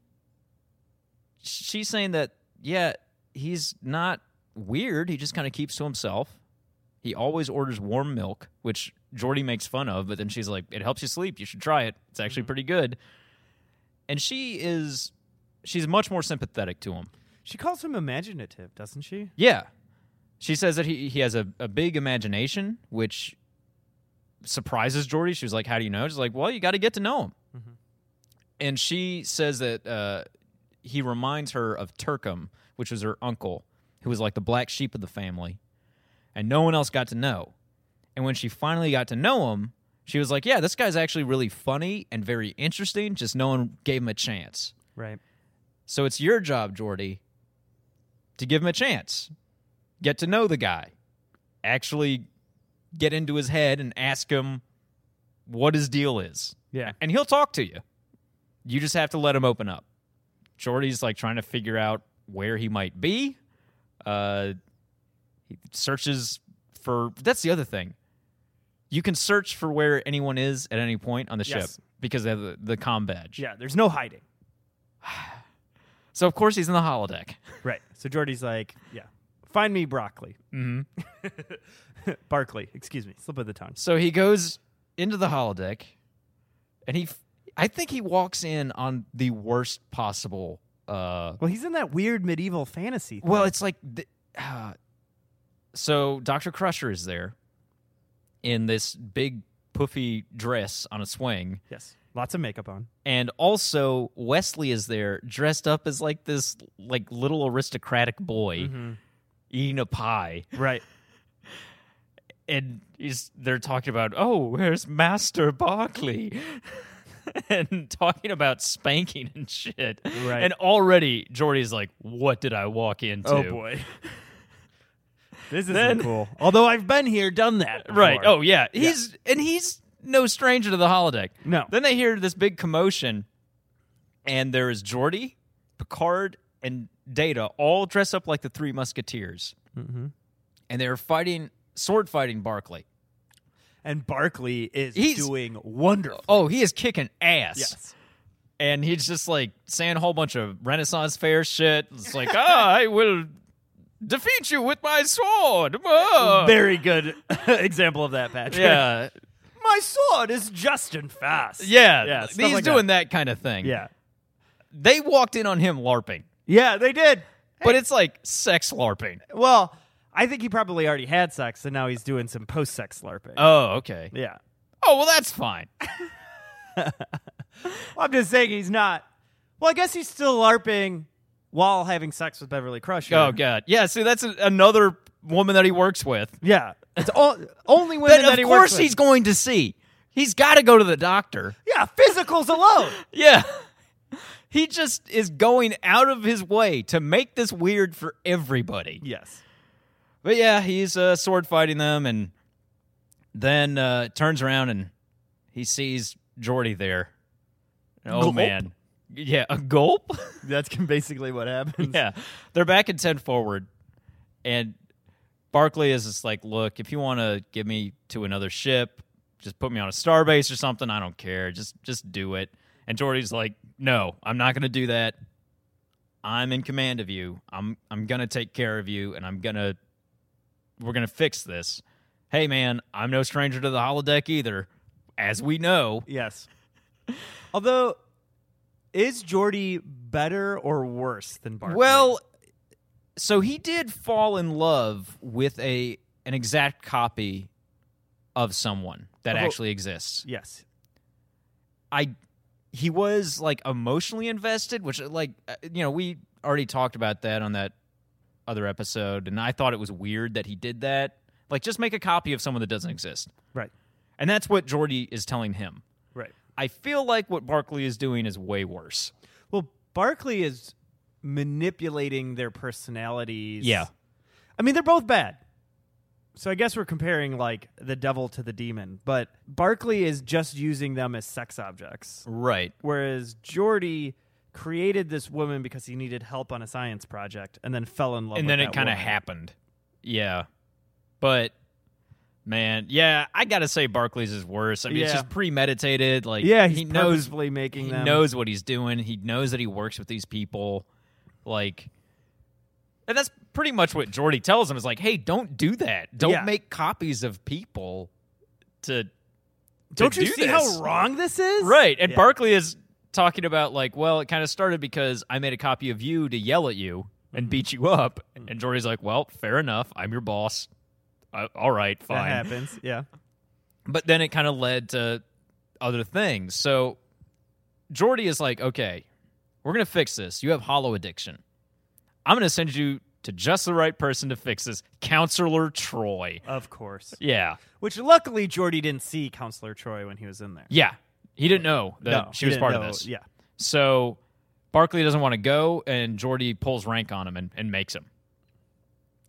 S2: she's saying that, yeah, he's not weird. He just kind of keeps to himself. He always orders warm milk, which Jordy makes fun of, but then she's like, it helps you sleep. You should try it. It's actually pretty good. And she is, she's much more sympathetic to him.
S3: she calls him imaginative, doesn't she?
S2: Yeah. She says that he, he has a, a big imagination, which surprises Jordy. She was like, How do you know? She's like, Well, you got to get to know him. And she says that uh, he reminds her of Turkum, which was her uncle, who was like the black sheep of the family. And no one else got to know. And when she finally got to know him, she was like, Yeah, this guy's actually really funny and very interesting. Just no one gave him a chance.
S3: Right.
S2: So it's your job, Jordy, to give him a chance. Get to know the guy. Actually get into his head and ask him what his deal is.
S3: Yeah.
S2: And he'll talk to you. You just have to let him open up. Jordy's like trying to figure out where he might be. Uh he searches for that's the other thing. You can search for where anyone is at any point on the
S3: Yes.
S2: ship because they have the, the com badge.
S3: Yeah, there's no hiding.
S2: So of course he's in the holodeck.
S3: Right. So Jordy's like, yeah, find me broccoli. Mm-hmm. Barkley, excuse me, slip of the tongue.
S2: So he goes into the holodeck, and he, f- I think he walks in on the worst possible. Uh,
S3: Well, he's in that weird medieval fantasy. Thing.
S2: well, it's like, the, uh, so Doctor Crusher is there, in this big poofy dress on a swing,
S3: yes, lots of makeup on.
S2: and also Wesley is there dressed up as like this like little aristocratic boy
S3: Mm-hmm.
S2: eating a pie.
S3: Right.
S2: and he's they're talking about oh where's master barkley and talking about spanking and shit
S3: Right.
S2: and already jordy's like what did i walk into
S3: Oh boy. Oh, This isn't
S2: Then-
S3: cool. Although I've been here, done that. before.
S2: Right. Oh yeah. He's and he's no stranger to the holodeck.
S3: No.
S2: Then they hear this big commotion, and there is Jordy, Picard, and Data all dressed up like the Three Musketeers, mm-hmm. and they're fighting sword fighting Barclay.
S3: And Barkley is
S2: He's-
S3: doing wonderful.
S2: Oh, he is kicking ass.
S3: Yes.
S2: And he's just like saying a whole bunch of Renaissance fair shit. It's like, ah, I will defeat you with my sword. Ah.
S3: Very good example of that, Patrick.
S2: Yeah.
S3: My sword is just and fast.
S2: Yeah.
S3: Yeah, stuff
S2: he's
S3: like
S2: doing that. kind of thing.
S3: Yeah.
S2: They walked in on him LARPing,
S3: Yeah, they did.
S2: but it's like sex LARPing.
S3: Well, I think he probably already had sex, and now he's doing some post-sex LARPing.
S2: Oh, okay.
S3: yeah.
S2: Oh, well, that's fine.
S3: Well, I'm just saying he's not. Well, I guess he's still LARPing while having sex with Beverly Crusher.
S2: Oh, God. Yeah. See, that's a- another woman that he works with.
S3: Yeah. It's o- only women
S2: That,
S3: that
S2: of
S3: he works
S2: course,
S3: with.
S2: he's going to see. He's got to go to the doctor.
S3: Yeah, physicals alone.
S2: Yeah. He just is going out of his way to make this weird for everybody.
S3: yes.
S2: But yeah, he's uh, sword fighting them and then uh, turns around and he sees Jordy there. Oh,
S4: Gulp.
S2: man. Yeah, a gulp?
S4: That's basically what happens.
S2: yeah. They're back in 10 forward. And Barclay is just like, look, if you want to give me to another ship, just put me on a starbase or something. I don't care. Just just do it. And Jordy's like, no, I'm not going to do that. I'm in command of you. I'm I'm going to take care of you and I'm going to we're going to fix this. Hey man, I'm no stranger to the holodeck either, as we know.
S3: Yes. Although, is Jordy better or worse than Barkley?
S2: Well, so he did fall in love with a an exact copy of someone that
S3: Oh.
S2: actually exists.
S3: yes.
S2: I he was like emotionally invested, which like uh, you know we already talked about that on that other episode, and I thought it was weird that he did that. Like, just make a copy of someone that doesn't exist,
S3: Right.
S2: and that's what Jordy is telling him.
S3: Right.
S2: I feel like what Barkley is doing is way worse.
S3: Well, Barkley is manipulating their personalities.
S2: Yeah.
S3: I mean, they're both bad. So I guess we're comparing like the devil to the demon, but Barkley is just using them as sex objects.
S2: Right.
S3: Whereas Jordy created this woman because he needed help on a science project and then fell in love
S2: and
S3: with
S2: then it
S3: kind of
S2: happened. Yeah, but man, yeah, I gotta say Barclays is worse. I mean, it's
S3: Yeah.
S2: just premeditated. Like,
S3: Yeah, he's
S2: he knows
S3: purposefully making
S2: he
S3: them.
S2: knows what he's doing. He knows that he works with these people. Like, and that's pretty much what Jordy tells him. Is like, hey, don't do that. Don't
S3: Yeah.
S2: make copies of people to. to
S3: Don't you
S2: do
S3: see
S2: this."
S3: how wrong this is?
S2: Right, and
S3: Yeah.
S2: Barkley is talking about like, well, it kind of started because I made a copy of you to yell at you
S3: Mm-hmm.
S2: and beat you up, and Jordy's like, well, fair enough, I'm your boss. Uh, all right,
S3: That
S2: fine.
S3: happens. Yeah.
S2: But then it kind of led to other things. So Jordy is like, okay, we're gonna fix this. You have hollow addiction. I'm gonna send you to just the right person to fix this, Counselor Troy.
S3: Of course.
S2: Yeah,
S3: Which luckily Jordy didn't see Counselor Troy when he was in there.
S2: yeah. He didn't know that
S3: no, he
S2: she was
S3: didn't
S2: part
S3: know-
S2: of this.
S3: Yeah.
S2: So Barkley doesn't want to go, and Jordy pulls rank on him and, and makes him.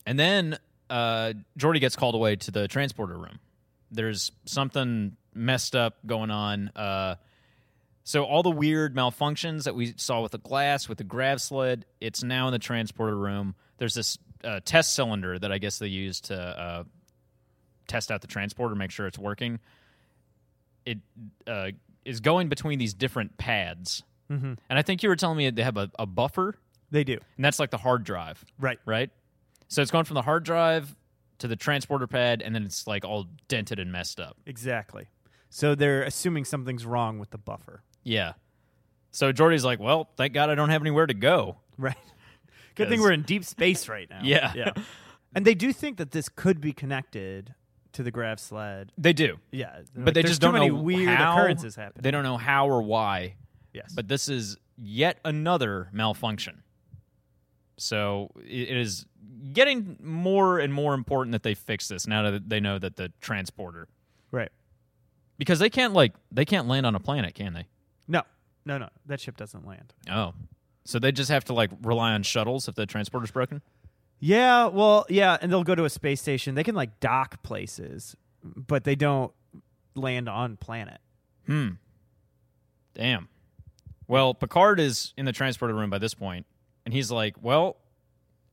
S2: And then uh, Jordy gets called away to the transporter room. There's something messed up going on. Uh, so all the weird malfunctions that we saw with the glass, with the grav sled, it's now in the transporter room. There's this uh, test cylinder that I guess they use to uh, test out the transporter, make sure it's working. It uh, is going between these different pads. Mm-hmm. And I think you were telling me they have a, a buffer,
S3: They do.
S2: and that's like the hard drive,
S3: Right.
S2: right? So it's going from the hard drive to the transporter pad, and then it's like all dented and messed up.
S3: Exactly. So they're assuming something's wrong with the buffer.
S2: Yeah. So Jordy's like, well, thank God I don't have anywhere to go.
S3: Right. Good thing
S2: 'Cause-
S3: we're in deep space right now.
S2: Yeah.
S3: Yeah. And they do think that this could be connected to the grav sled.
S2: They do.
S3: Yeah.
S2: but they just
S3: too
S2: don't
S3: many
S2: know
S3: weird
S2: how.
S3: occurrences happen.
S2: They don't know how or why.
S3: yes.
S2: But this is yet another malfunction. So i- it is getting more and more important that they fix this now that they know that the transporter
S3: right.
S2: because they can't like they can't land on a planet, can they?
S3: No. No, no. That ship doesn't land.
S2: Oh. So they just have to like rely on shuttles if the transporter's broken?
S3: Yeah, well, yeah, and they'll go to a space station. They can like dock places, but they don't land on planet.
S2: Hmm. Damn. Well, Picard is in the transporter room by this point, and he's like, "Well,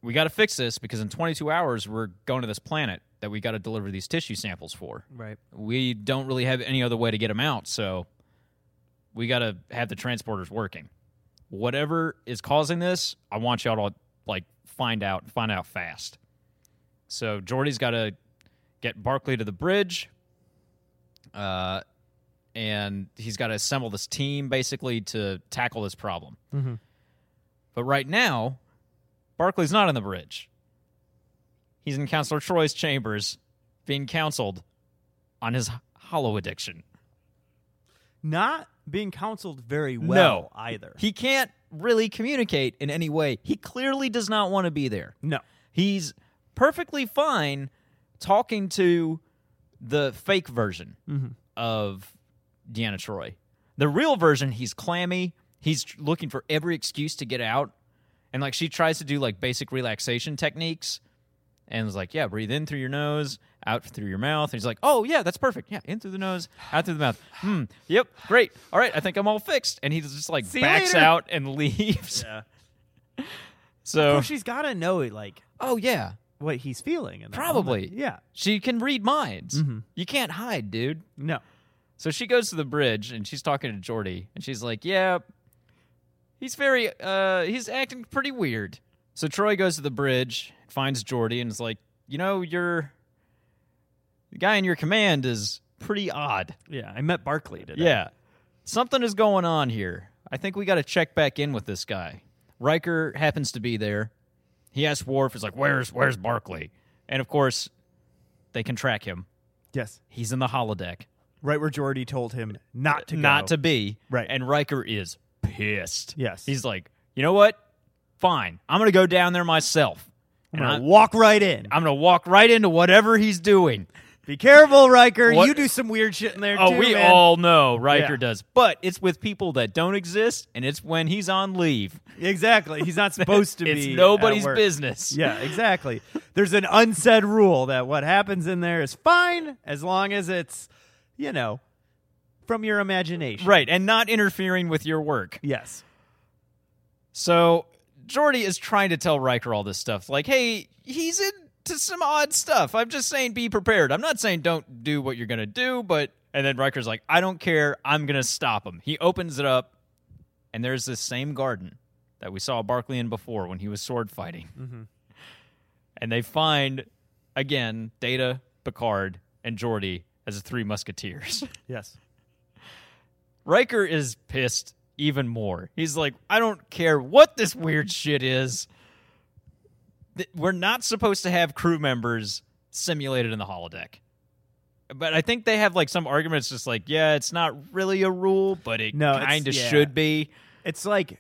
S2: we got to fix this because in 22 hours we're going to this planet that we got to deliver these tissue samples for.
S3: Right.
S2: We don't really have any other way to get them out, so we got to have the transporters working. Whatever is causing this, I want y'all to like find out, find out fast. So Jordy's got to get Barclay to the bridge, uh, and he's got to assemble this team basically to tackle this problem.
S3: Mhm.
S2: But right now, Barclay's not on the bridge. He's in Counselor Troy's chambers, being counseled on his h- hollow addiction.
S3: Not being counseled very
S2: No.
S3: well either.
S2: He can't really communicate in any way. He clearly does not want to be there.
S3: No.
S2: He's perfectly fine talking to the fake version
S3: Mm-hmm.
S2: of Deanna Troy. The real version, he's clammy. He's tr- looking for every excuse to get out. And like she tries to do like basic relaxation techniques and was like, yeah, breathe in through your nose, out through your mouth. And he's like, oh, yeah, that's perfect. Yeah, in through the nose, out through the mouth. Hmm. Yep. Great. All right. I think I'm all fixed. And he just like
S3: you
S2: backs
S3: later.
S2: out and leaves.
S3: Yeah.
S2: So,
S3: Well, she's got to know like
S2: oh, yeah.
S3: what he's feeling. In that
S2: Probably.
S3: moment. Yeah.
S2: She can read minds. You can't hide, dude.
S3: No.
S2: So she goes to the bridge and she's talking to Jordy and she's like, "Yeah, he's very uh he's acting pretty weird." So Troy goes to the bridge, finds Jordy and is like, "You know, your the guy in your command is pretty odd."
S3: Yeah. I met Barkley today.
S2: Yeah. Something is going on here. I think we got to check back in with this guy. Riker happens to be there. He asks Worf, "Is like, where's where's Barkley?" And of course, they can track him.
S3: Yes.
S2: He's in the holodeck
S3: Right where Geordi told him not to
S2: not
S3: go.
S2: to be.
S3: Right.
S2: And Riker is pissed.
S3: Yes.
S2: He's like, you know what? Fine. I'm gonna go down there myself.
S3: I'm
S2: and
S3: gonna
S2: I-
S3: walk right in.
S2: I'm gonna walk right into whatever he's doing.
S3: Be careful, Riker.
S2: What-
S3: You do some weird shit in there
S2: Oh,
S3: too.
S2: we
S3: man.
S2: all know Riker
S3: Yeah.
S2: does. But it's with people that don't exist and it's when he's on leave.
S3: Exactly. He's not supposed to
S2: it's
S3: be. at
S2: nobody's
S3: work.
S2: business.
S3: Yeah, exactly. There's an unsaid rule that what happens in there is fine as long as it's, you know, from your imagination.
S2: Right, and not interfering with your work.
S3: Yes.
S2: So Jordy is trying to tell Riker all this stuff. Like, hey, he's into some odd stuff. I'm just saying be prepared. I'm not saying don't do what you're gonna do, but and then Riker's like, I don't care, I'm gonna stop him. He opens it up, and there's this same garden that we saw Barkley in before when he was sword fighting. And they find again Data, Picard, and Jordy as the three musketeers.
S3: Yes.
S2: Riker is pissed even more. He's like, I don't care what this weird shit is. Th- We're not supposed to have crew members simulated in the holodeck. But I think they have like some arguments just like, yeah, it's not really a rule, but it
S3: No, it's-
S2: kind of
S3: yeah.
S2: should be.
S3: It's like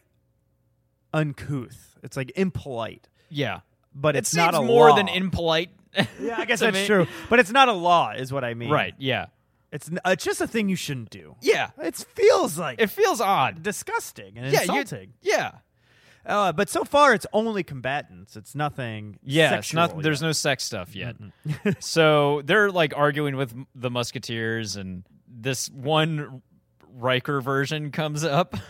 S3: uncouth. It's like impolite,
S2: Yeah.
S3: but
S2: It
S3: it's
S2: seems
S3: not a
S2: more
S3: law.
S2: than impolite.
S3: Yeah, I guess
S2: to
S3: that's
S2: me.
S3: true. But it's not a law, is what I mean.
S2: Right. Yeah.
S3: It's n- it's just a thing you shouldn't do.
S2: Yeah.
S3: It feels like
S2: It feels odd.
S3: disgusting and
S2: Yeah. you-
S3: insulting.
S2: yeah.
S3: Uh, but so far, it's only combatants. It's nothing.
S2: Yeah, it's not.
S3: sexual
S2: There's
S3: yet.
S2: no sex stuff yet. so they're like arguing with m- the Musketeers, and this one Riker version comes up.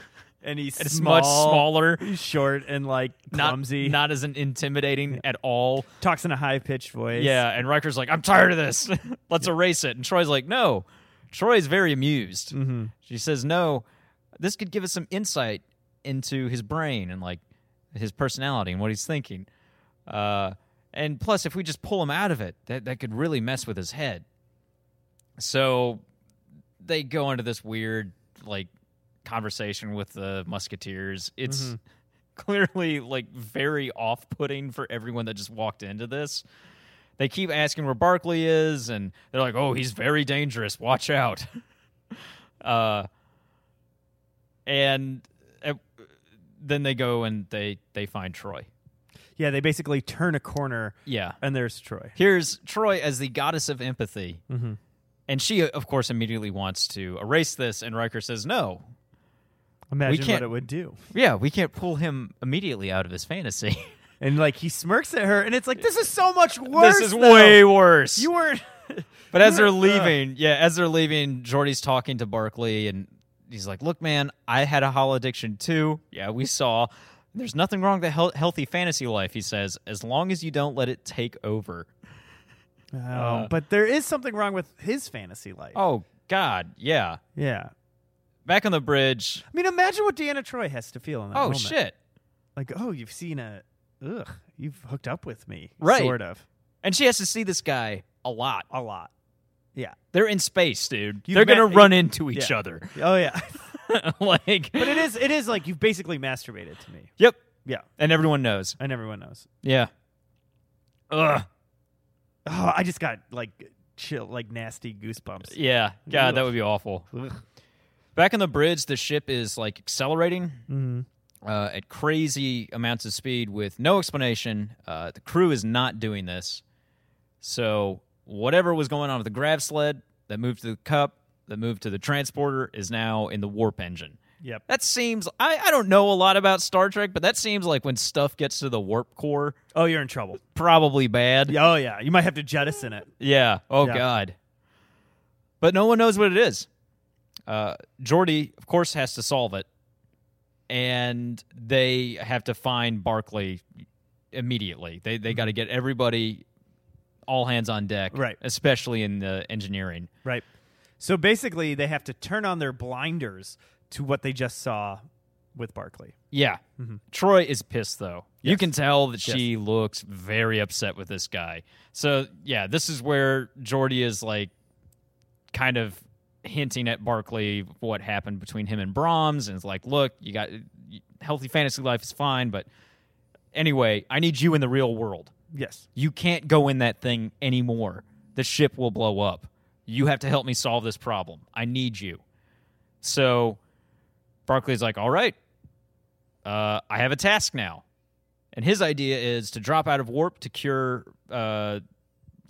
S3: and he's
S2: It's
S3: small,
S2: much smaller,
S3: He's short and like
S2: not
S3: clumsy.
S2: not as an intimidating at all.
S3: talks in a high pitched voice.
S2: Yeah, and Riker's like, "I'm tired of this. Let's erase it." And Troy's like, "No." Troy's very amused. She says, "No, this could give us some insight into his brain and like his personality and what he's thinking. Uh, and plus, if we just pull him out of it, that that could really mess with his head." So they go into this weird like conversation with the musketeers. It's clearly like very off-putting for everyone that just walked into this they keep asking where Barkley is, and they're like, "Oh, he's very dangerous. Watch out." uh, and uh, then they go and they they find Troy.
S3: yeah. They basically turn a corner,
S2: Yeah,
S3: and there's Troy.
S2: here's Troy as the goddess of empathy,
S3: Mm-hmm.
S2: and she, of course, immediately wants to erase this. And Riker says, "No,
S3: Imagine what
S2: can't-
S3: it would do.
S2: yeah, we can't pull him immediately out of his fantasy."
S3: and like he smirks at her, and it's like this is so much worse.
S2: This is
S3: though.
S2: way worse.
S3: You weren't.
S2: But as they're
S3: You're-
S2: leaving, yeah, as they're leaving, Jordy's talking to Barkley and he's like, Look, man, I had a holoddiction too. Yeah, we saw. There's nothing wrong with a hel- healthy fantasy life, he says, as long as you don't let it take over.
S3: Oh, but there is something wrong with his fantasy life.
S2: Uh, Oh, God. Yeah.
S3: yeah.
S2: Back on the bridge.
S3: I mean, imagine what Deanna Troy has to feel in that
S2: Oh,
S3: moment.
S2: shit.
S3: Like, oh, you've seen a, ugh, you've hooked up with me,
S2: Right.
S3: Sort of,
S2: And she has to see this guy a lot.
S3: a lot. Yeah.
S2: They're in space, dude.
S3: You've
S2: they're going
S3: met-
S2: to run into each
S3: yeah.
S2: other.
S3: Oh yeah.
S2: like,
S3: but it is, it is like you've basically masturbated to me.
S2: yep.
S3: Yeah.
S2: And everyone knows.
S3: And everyone knows.
S2: Yeah. Ugh.
S3: Oh, I just got like chill, like nasty goosebumps.
S2: Yeah. God, that
S3: Ugh.
S2: would be awful.
S3: Ugh.
S2: Back on the bridge, the ship is like accelerating
S3: Mm-hmm.
S2: uh, at crazy amounts of speed with no explanation. Uh, the crew is not doing this. So, whatever was going on with the grav sled that moved to the cup, that moved to the transporter, is now in the warp engine.
S3: Yep.
S2: That seems, I, I don't know a lot about Star Trek, but that seems like when stuff gets to the warp core,
S3: Oh, you're in trouble.
S2: probably bad.
S3: Yeah, Oh yeah. You might have to jettison it.
S2: Yeah. Oh
S3: Yeah.
S2: God. But no one knows what it is. Uh, Jordy, of course, has to solve it, and they have to find Barkley immediately. They they got to get everybody, all hands on deck,
S3: Mm-hmm. Right.
S2: Especially in the engineering.
S3: Right. So basically, they have to turn on their blinders to what they just saw with Barkley.
S2: Yeah. Troy is pissed though.
S3: Mm-hmm.
S2: You
S3: Yes.
S2: can tell that she looks very upset with this guy. So yeah, this is where Jordy is like kind of hinting at Barkley what happened between him and Brahms and is like, look, you got healthy fantasy life is fine, but anyway, I need you in the real world.
S3: Yes.
S2: You can't go in that thing anymore. The ship will blow up. You have to help me solve this problem. I need you. So Barclay's like, all right, uh, I have a task now. And his idea is to drop out of warp to cure, uh,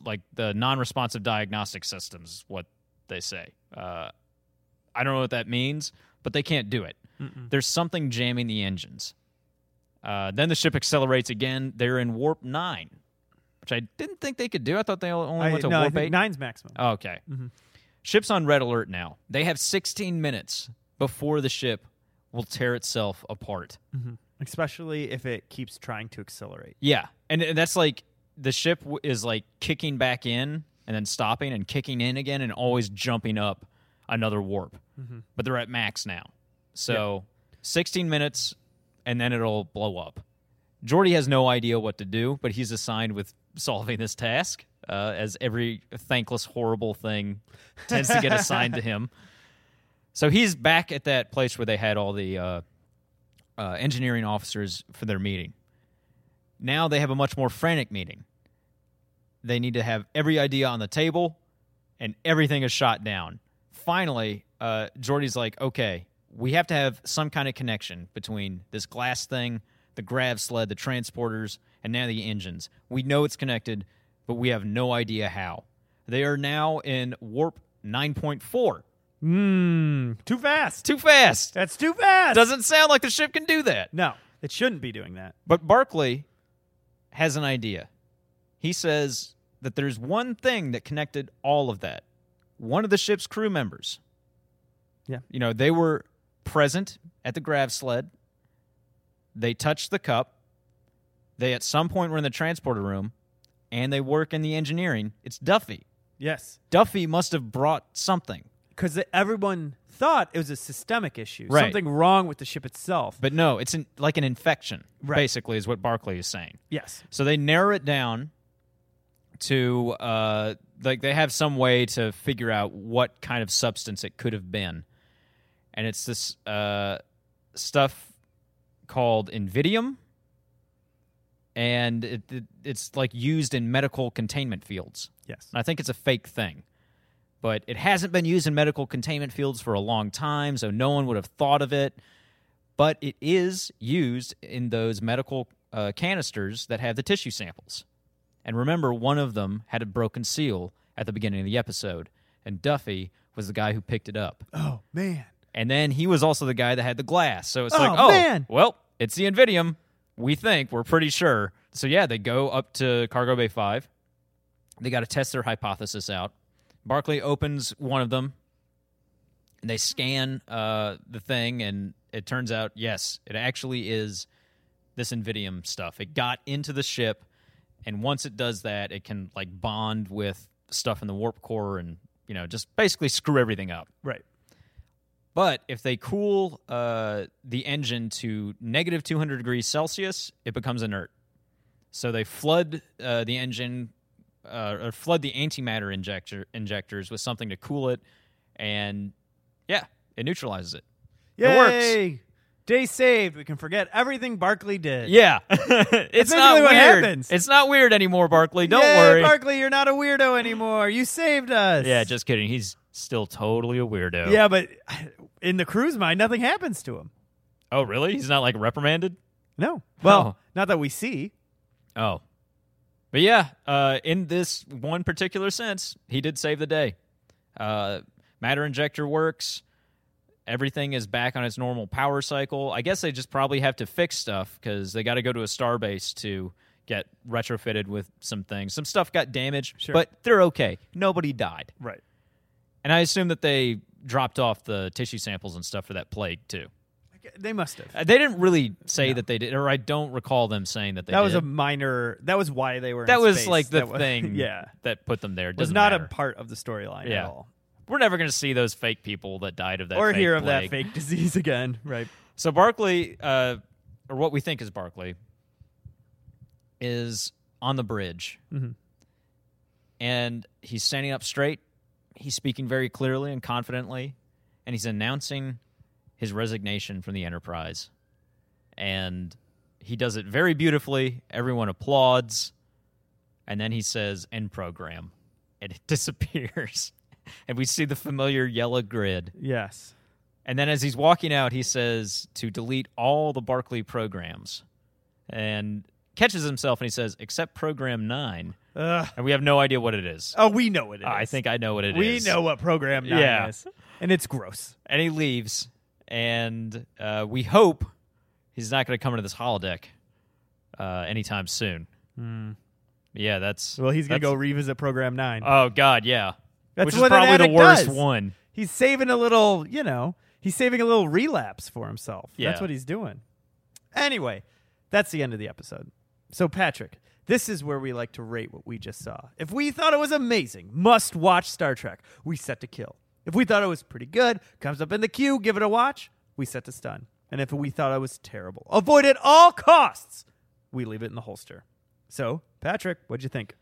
S2: like, the non responsive diagnostic systems, is what they say. Uh, I don't know what that means, but they can't do it. There's something jamming the engines. Uh, then the ship accelerates again. They're in warp nine, which I didn't think they could do. I thought they only went to
S3: no, I
S2: warp
S3: think
S2: eight.
S3: nine's maximum.
S2: Okay. Ship's on red alert now. They have 16 minutes before the ship will tear itself apart.
S3: Especially if it keeps trying to accelerate.
S2: Yeah. And, and that's like the ship w- is like kicking back in and then stopping and kicking in again and always jumping up another warp. But they're at max now. So 16 minutes and then it'll blow up. Jordy has no idea what to do, but he's assigned with solving this task, uh, as every thankless, horrible thing tends to get assigned to him. So he's back at that place where they had all the uh, uh, engineering officers for their meeting. Now they have a much more frantic meeting. They need to have every idea on the table, and everything is shot down. Finally, uh, Jordy's like, okay, we have to have some kind of connection between this glass thing, the grav sled, the transporters, and now the engines. We know it's connected, but we have no idea how. They are now in warp 9.4.
S3: Mmm. Too fast.
S2: Too fast.
S3: That's too fast.
S2: Doesn't sound like the ship can do that.
S3: No, it shouldn't be doing that.
S2: But Barclay has an idea. He says that there's one thing that connected all of that. One of the ship's crew members.
S3: Yeah.
S2: You know, they were present at the grav sled. They touched the cup. They at some point were in the transporter room and they work in the engineering. It's Duffy.
S3: Yes.
S2: Duffy must have brought something.
S3: Because everyone thought it was a systemic issue,
S2: Right.
S3: something wrong with the ship itself.
S2: But no, it's an, like an infection,
S3: Right.
S2: basically, is what Barclay is saying.
S3: yes.
S2: So they narrow it down to uh, like they have some way to figure out what kind of substance it could have been, and it's this uh, stuff called invidium, and it, it, it's like used in medical containment fields.
S3: Yes.
S2: And I think it's a fake thing. But it hasn't been used in medical containment fields for a long time, so no one would have thought of it. But it is used in those medical uh, canisters that have the tissue samples. And remember, one of them had a broken seal at the beginning of the episode, and Duffy was the guy who picked it up.
S3: Oh, man.
S2: And then he was also the guy that had the glass. So it's like,
S3: Oh,
S2: oh,
S3: man.
S2: well, it's the Invidium. We think, we're pretty sure. So, yeah, they go up to Cargo Bay 5. They got to test their hypothesis out. Barclay opens one of them. And they scan uh, the thing, and it turns out, yes, it actually is this Invidium stuff. It got into the ship, and once it does that, it can like bond with stuff in the warp core and, you know, just basically screw everything up.
S3: Right.
S2: But if they cool uh, the engine to negative 200 degrees Celsius, it becomes inert. So they flood uh, the engine uh, or flood the antimatter injector injectors with something to cool it, and yeah, it neutralizes it. It works.
S3: Yay! Day saved. We can forget everything Barkley did.
S2: Yeah, it's not
S3: basically
S2: weird.
S3: what happens.
S2: It's not weird anymore, Barkley. Don't
S3: Yay,
S2: worry.
S3: Barkley, you're not a weirdo anymore. You saved us.
S2: Yeah, just kidding. He's still totally a weirdo.
S3: Yeah, but in the crew's mind, nothing happens to him.
S2: Oh, really? He's not like reprimanded.
S3: No. Well, not that we see.
S2: Oh. But yeah, uh, in this one particular sense, he did save the day. Uh, matter injector works. Everything is back on its normal power cycle. I guess they just probably have to fix stuff because they got to go to a starbase to get retrofitted with some things. Some stuff got damaged,
S3: Sure.
S2: but they're okay. Nobody died.
S3: Right.
S2: And I assume that they dropped off the tissue samples and stuff for that plague, too.
S3: They must have.
S2: Uh, They didn't really say that they did, or I don't recall them saying that they
S3: that was
S2: did.
S3: a minor. That was why they were.
S2: that
S3: in
S2: was
S3: space.
S2: like the
S3: That was-
S2: thing
S3: yeah,
S2: that put them there.
S3: was
S2: Doesn't
S3: not
S2: matter.
S3: a part of the storyline
S2: Yeah.
S3: at all,
S2: We're never going to see those fake people that died of that
S3: or
S2: fake
S3: hear of that
S2: plague.
S3: fake disease again. Right.
S2: So Barkley, uh, or what we think is Barkley, is on the bridge,
S3: Mhm.
S2: and he's standing up straight. He's speaking very clearly and confidently, and he's announcing his resignation from the Enterprise. And he does it very beautifully. Everyone applauds, and then he says "end program," and it disappears. and we see the familiar yellow grid.
S3: Yes.
S2: And then as he's walking out, he says to delete all the Barclay programs and catches himself and he says, except program nine.
S3: Ugh.
S2: And we have no idea what it is.
S3: Oh, we know what it is.
S2: I think I know what it is.
S3: we know what program nine
S2: Yeah.
S3: is, and it's gross.
S2: And he leaves. And uh, we hope he's not going to come into this holodeck uh, anytime soon. Yeah, that's.
S3: Hmm. Well, he's gonna
S2: that's-
S3: go revisit program nine.
S2: Oh, God, yeah.
S3: That's
S2: Which is
S3: what an
S2: probably the
S3: addict
S2: worst
S3: does.
S2: one.
S3: he's saving a little, you know, he's saving a little relapse for himself.
S2: Yeah.
S3: That's what he's doing. Anyway, that's the end of the episode. So, Patrick, this is where we like to rate what we just saw. If we thought it was amazing, must watch Star Trek, we set to kill. If we thought it was pretty good, comes up in the queue, give it a watch, we set to stun. And if we thought it was terrible, avoid at all costs, we leave it in the holster. So, Patrick, what'd you think?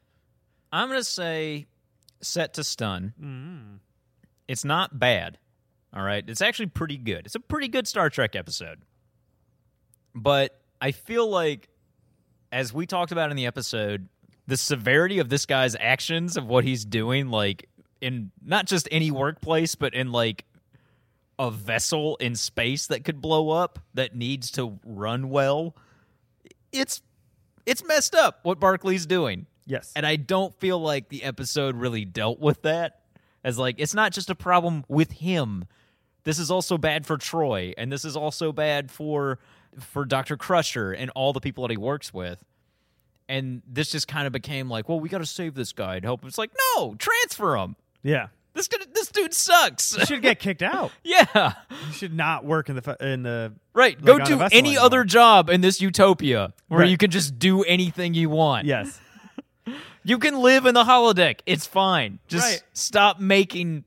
S2: I'm going to say set to stun. It's not bad. All right. It's actually pretty good. It's a pretty good Star Trek episode. But I feel like, as we talked about in the episode, the severity of this guy's actions, of what he's doing, like in not just any workplace, but in like a vessel in space that could blow up that needs to run well. It's it's messed up what Barclay's doing.
S3: Yes.
S2: And I don't feel like the episode really dealt with that. As like it's not just a problem with him. This is also bad for Troy and this is also bad for for Dr. Crusher and all the people that he works with. And this just kind of became like, well, we got to save this guy and help him. It's like, no, transfer him.
S3: yeah.
S2: This gonna, this dude sucks.
S3: You should get kicked out.
S2: yeah.
S3: You should not work in the fu- in the
S2: Right.
S3: Like
S2: Go
S3: on a
S2: do
S3: vessel
S2: any
S3: anymore.
S2: other job in this utopia where
S3: Right.
S2: you can just do anything you want.
S3: Yes.
S2: You can live in the holodeck. It's fine. Just
S3: Right.
S2: stop making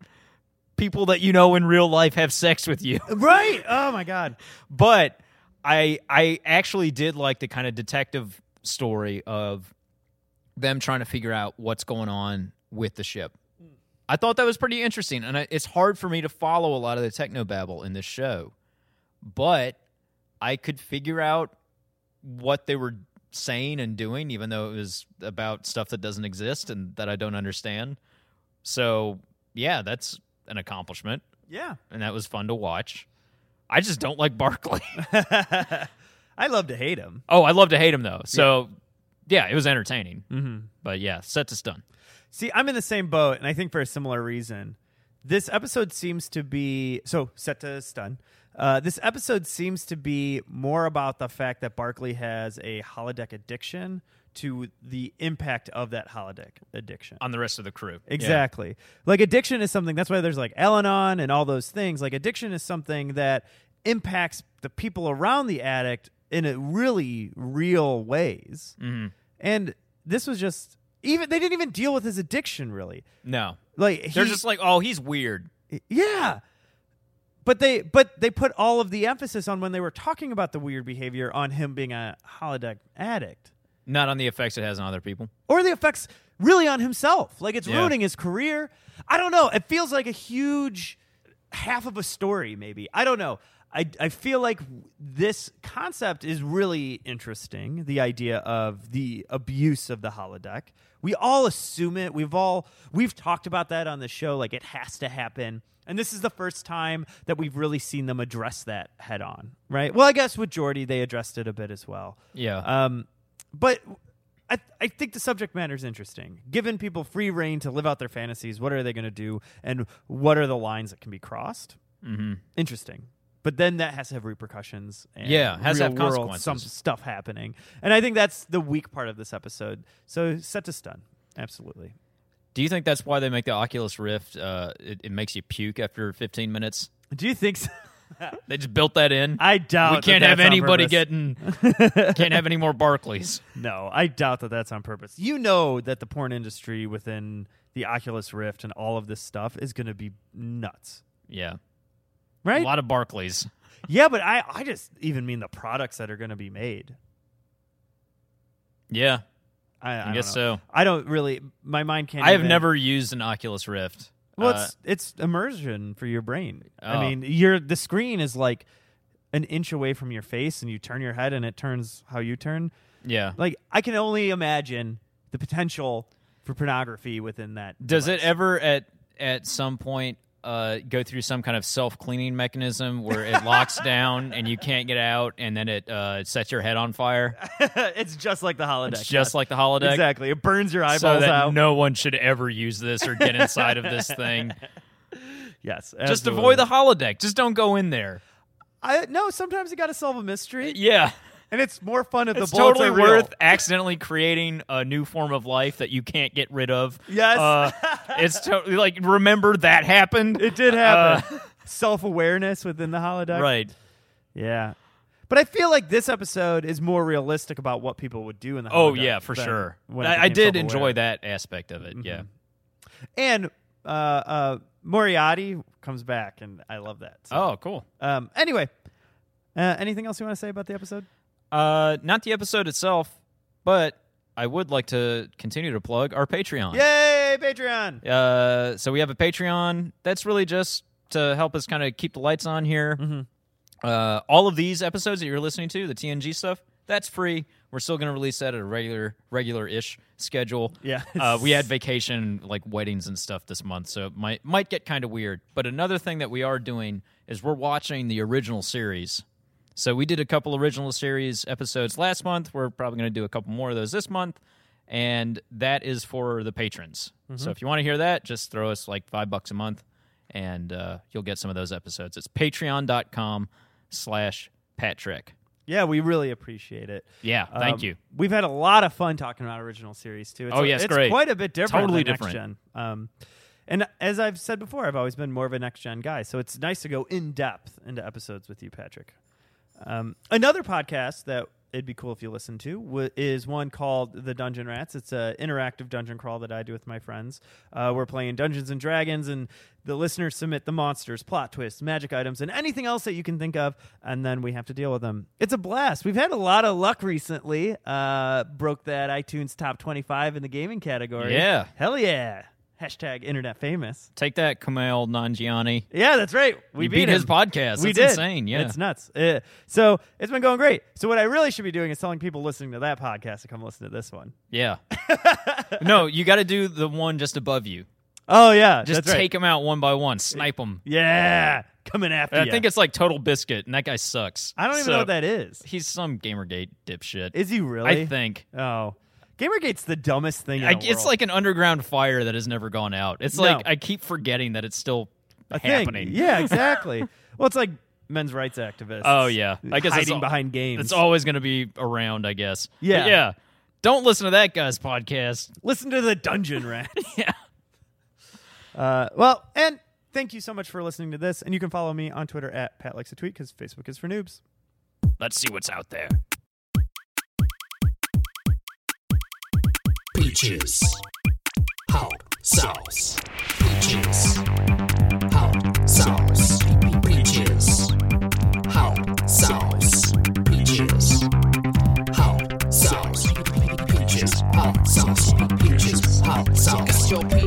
S2: people that you know in real life have sex with you.
S3: Right. Oh my God.
S2: But I I actually did like the kind of detective story of them trying to figure out what's going on with the ship. I thought that was pretty interesting, and I, it's hard for me to follow a lot of the techno babble in this show, but I could figure out what they were saying and doing, even though it was about stuff that doesn't exist and that I don't understand. So yeah, that's an accomplishment
S3: Yeah.
S2: and that was fun to watch. I just don't like Barkley.
S3: I love to hate him.
S2: oh, I love to hate him though. So yeah, it was entertaining. Mm-hmm. But yeah, set to stun.
S3: See, I'm in the same boat, and I think for a similar reason. This episode seems to be so set to stun. Uh, this episode seems to be more about the fact that Barkley has a holodeck addiction to the impact of that holodeck addiction.
S2: on the rest of the crew. Yeah.
S3: Exactly. Like addiction is something that's why there's like Al Anon and all those things. Like addiction is something that impacts the people around the addict in a really real ways.
S2: Mm-hmm.
S3: And this was just even they didn't even deal with his addiction really.
S2: No,
S3: Like he,
S2: they're just like, oh, he's weird.
S3: yeah. But they but they put all of the emphasis on when they were talking about the weird behavior on him being a holodeck addict
S2: Not on the effects it has on other people.
S3: or the effects really on himself. Like it's
S2: Yeah.
S3: ruining his career. I don't know. It feels like a huge half of a story, maybe. I don't know. I, I feel like this concept is really interesting the idea of the abuse of the holodeck. We all assume it. We've all we've talked about that on the show like it has to happen. And this is the first time that we've really seen them address that head on, right? Well, I guess with Jordy they addressed it a bit as well.
S2: Yeah.
S3: Um, but I, I think the subject matter is interesting. Given people free reign to live out their fantasies, what are they going to do, and what are the lines that can be crossed?
S2: mm-hmm.
S3: Interesting. But then that has to have repercussions. And
S2: Yeah, has to
S3: real
S2: have
S3: world
S2: consequences.
S3: Some stuff happening, and I think that's the weak part of this episode. So set to stun, absolutely.
S2: Do you think that's why they make the Oculus Rift? Uh, it, it makes you puke after 15 minutes.
S3: Do you think? So?
S2: They just built that in.
S3: I doubt
S2: we
S3: that
S2: can't have
S3: that's on
S2: anybody
S3: purpose.
S2: getting. can't have any more Barclays.
S3: No, I doubt that that's on purpose. You know that the porn industry within the Oculus Rift and all of this stuff is going to be nuts,
S2: Yeah,
S3: right?
S2: a lot of Barclays.
S3: Yeah, but I, I just even mean the products that are going to be made.
S2: Yeah,
S3: I,
S2: I,
S3: don't
S2: guess
S3: know.
S2: so.
S3: I don't really. My mind can't.
S2: I have
S3: even-
S2: never used an Oculus Rift.
S3: Well,
S2: Uh,
S3: it's it's immersion for your brain.
S2: Oh.
S3: I mean, your the screen is like an inch away from your face, and you turn your head, and it turns how you turn.
S2: yeah.
S3: Like I can only imagine the potential for pornography within that.
S2: Does it
S3: device.
S2: ever at at some point uh, go through some kind of self cleaning mechanism where it locks down and you can't get out, and then it uh, sets your head on fire?
S3: it's just like the holodeck.
S2: It's just
S3: yes.
S2: like the holodeck.
S3: exactly. It burns your eyeballs
S2: So that
S3: out.
S2: no one should ever use this or get inside of this thing.
S3: yes.
S2: Just
S3: absolutely.
S2: avoid the holodeck. Just don't go in there.
S3: I, no. Sometimes you got to solve a mystery,
S2: Yeah.
S3: and it's more fun if
S2: It's
S3: the bullets
S2: totally
S3: are real.
S2: worth accidentally creating a new form of life that you can't get rid of.
S3: Yes.
S2: Uh, it's totally like, remember that happened?
S3: It did happen. Self awareness within the holodeck.
S2: uh, Right.
S3: Yeah. But I feel like this episode is more realistic about what people would do in the
S2: Oh,
S3: holodeck
S2: yeah, for
S3: than
S2: sure.
S3: when it
S2: I, I
S3: became
S2: did enjoy
S3: self-aware.
S2: that aspect of it. Yeah.
S3: And uh, uh, Moriarty comes back, and I love that. So,
S2: Oh, cool.
S3: Um, anyway, uh, anything else you want to say about the episode?
S2: Uh, not the episode itself, but I would like to continue to plug our Patreon.
S3: Yay, Patreon!
S2: Uh, so we have a Patreon. That's really just to help us kind of keep the lights on here. Uh, all of these episodes that you're listening to, the TNG stuff, that's free. We're still going to release that at a regular, regular-ish schedule.
S3: Yeah.
S2: uh, we had vacation, like weddings and stuff this month, so it might might get kind of weird. But another thing that we are doing is we're watching the original series. So we did a couple original series episodes last month. We're probably going to do a couple more of those this month, and that is for the patrons.
S3: Mm-hmm.
S2: So if you want to hear that, just throw us like five bucks a month, and uh, you'll get some of those episodes. It's Patreon.com/slash Patrick.
S3: Yeah, we really appreciate it.
S2: Yeah, thank
S3: Um,
S2: you.
S3: We've had a lot of fun talking about original series too. It's
S2: Oh, yes,
S3: it's
S2: great.
S3: Quite a bit different.
S2: Totally
S3: than next
S2: different.
S3: gen. Um, and as I've said before, I've always been more of a next gen guy, so it's nice to go in depth into episodes with you, Patrick. Um, another podcast that it'd be cool if you listen to w- is one called The Dungeon Rats. It's an interactive dungeon crawl that I do with my friends. Uh, we're playing Dungeons and Dragons, and the listeners submit the monsters, plot twists, magic items, and anything else that you can think of, and then we have to deal with them. It's a blast. We've had a lot of luck recently. Uh, broke that iTunes top 25 in the gaming category.
S2: Yeah.
S3: Hell yeah. Hashtag internet famous.
S2: Take that, Kamal Nanjiani.
S3: Yeah, that's right. We
S2: You beat his
S3: him.
S2: podcast.
S3: We
S2: That's
S3: did.
S2: insane, yeah.
S3: it's nuts. Uh, so it's been going great. So what I really should be doing is telling people listening to that podcast to come listen to this one.
S2: Yeah. no, you got to do the one just above you.
S3: Oh yeah,
S2: Just
S3: that's right.
S2: take them out one by one, snipe them.
S3: Yeah, coming after.
S2: I think it's like Total Biscuit, and that guy sucks.
S3: I don't even
S2: So,
S3: know what that is.
S2: He's some GamerGate dipshit.
S3: Is he really?
S2: I think.
S3: Oh, GamerGate's the dumbest thing. In
S2: I,
S3: the
S2: it's
S3: world.
S2: like an underground fire that has never gone out. It's
S3: No.
S2: like I keep forgetting that it's still
S3: a thing.
S2: happening.
S3: Yeah, exactly. well, it's like men's rights activists.
S2: Oh, yeah. I guess it's
S3: hiding
S2: all-
S3: behind games.
S2: It's always going to be around, I guess. But
S3: Yeah.
S2: yeah. Don't listen to that guy's podcast.
S3: Listen to the dungeon rats.
S2: Yeah.
S3: Uh, well, and thank you so much for listening to this. And you can follow me on Twitter at Pat likes a tweet because Facebook is for noobs.
S2: Let's see what's out there.
S5: Peaches. Hot sauce. Peaches. Hot sauce. Peaches. Hot sauce. Peaches. Hot sauce. Peaches. Hot sauce. Peaches. Hot sauce.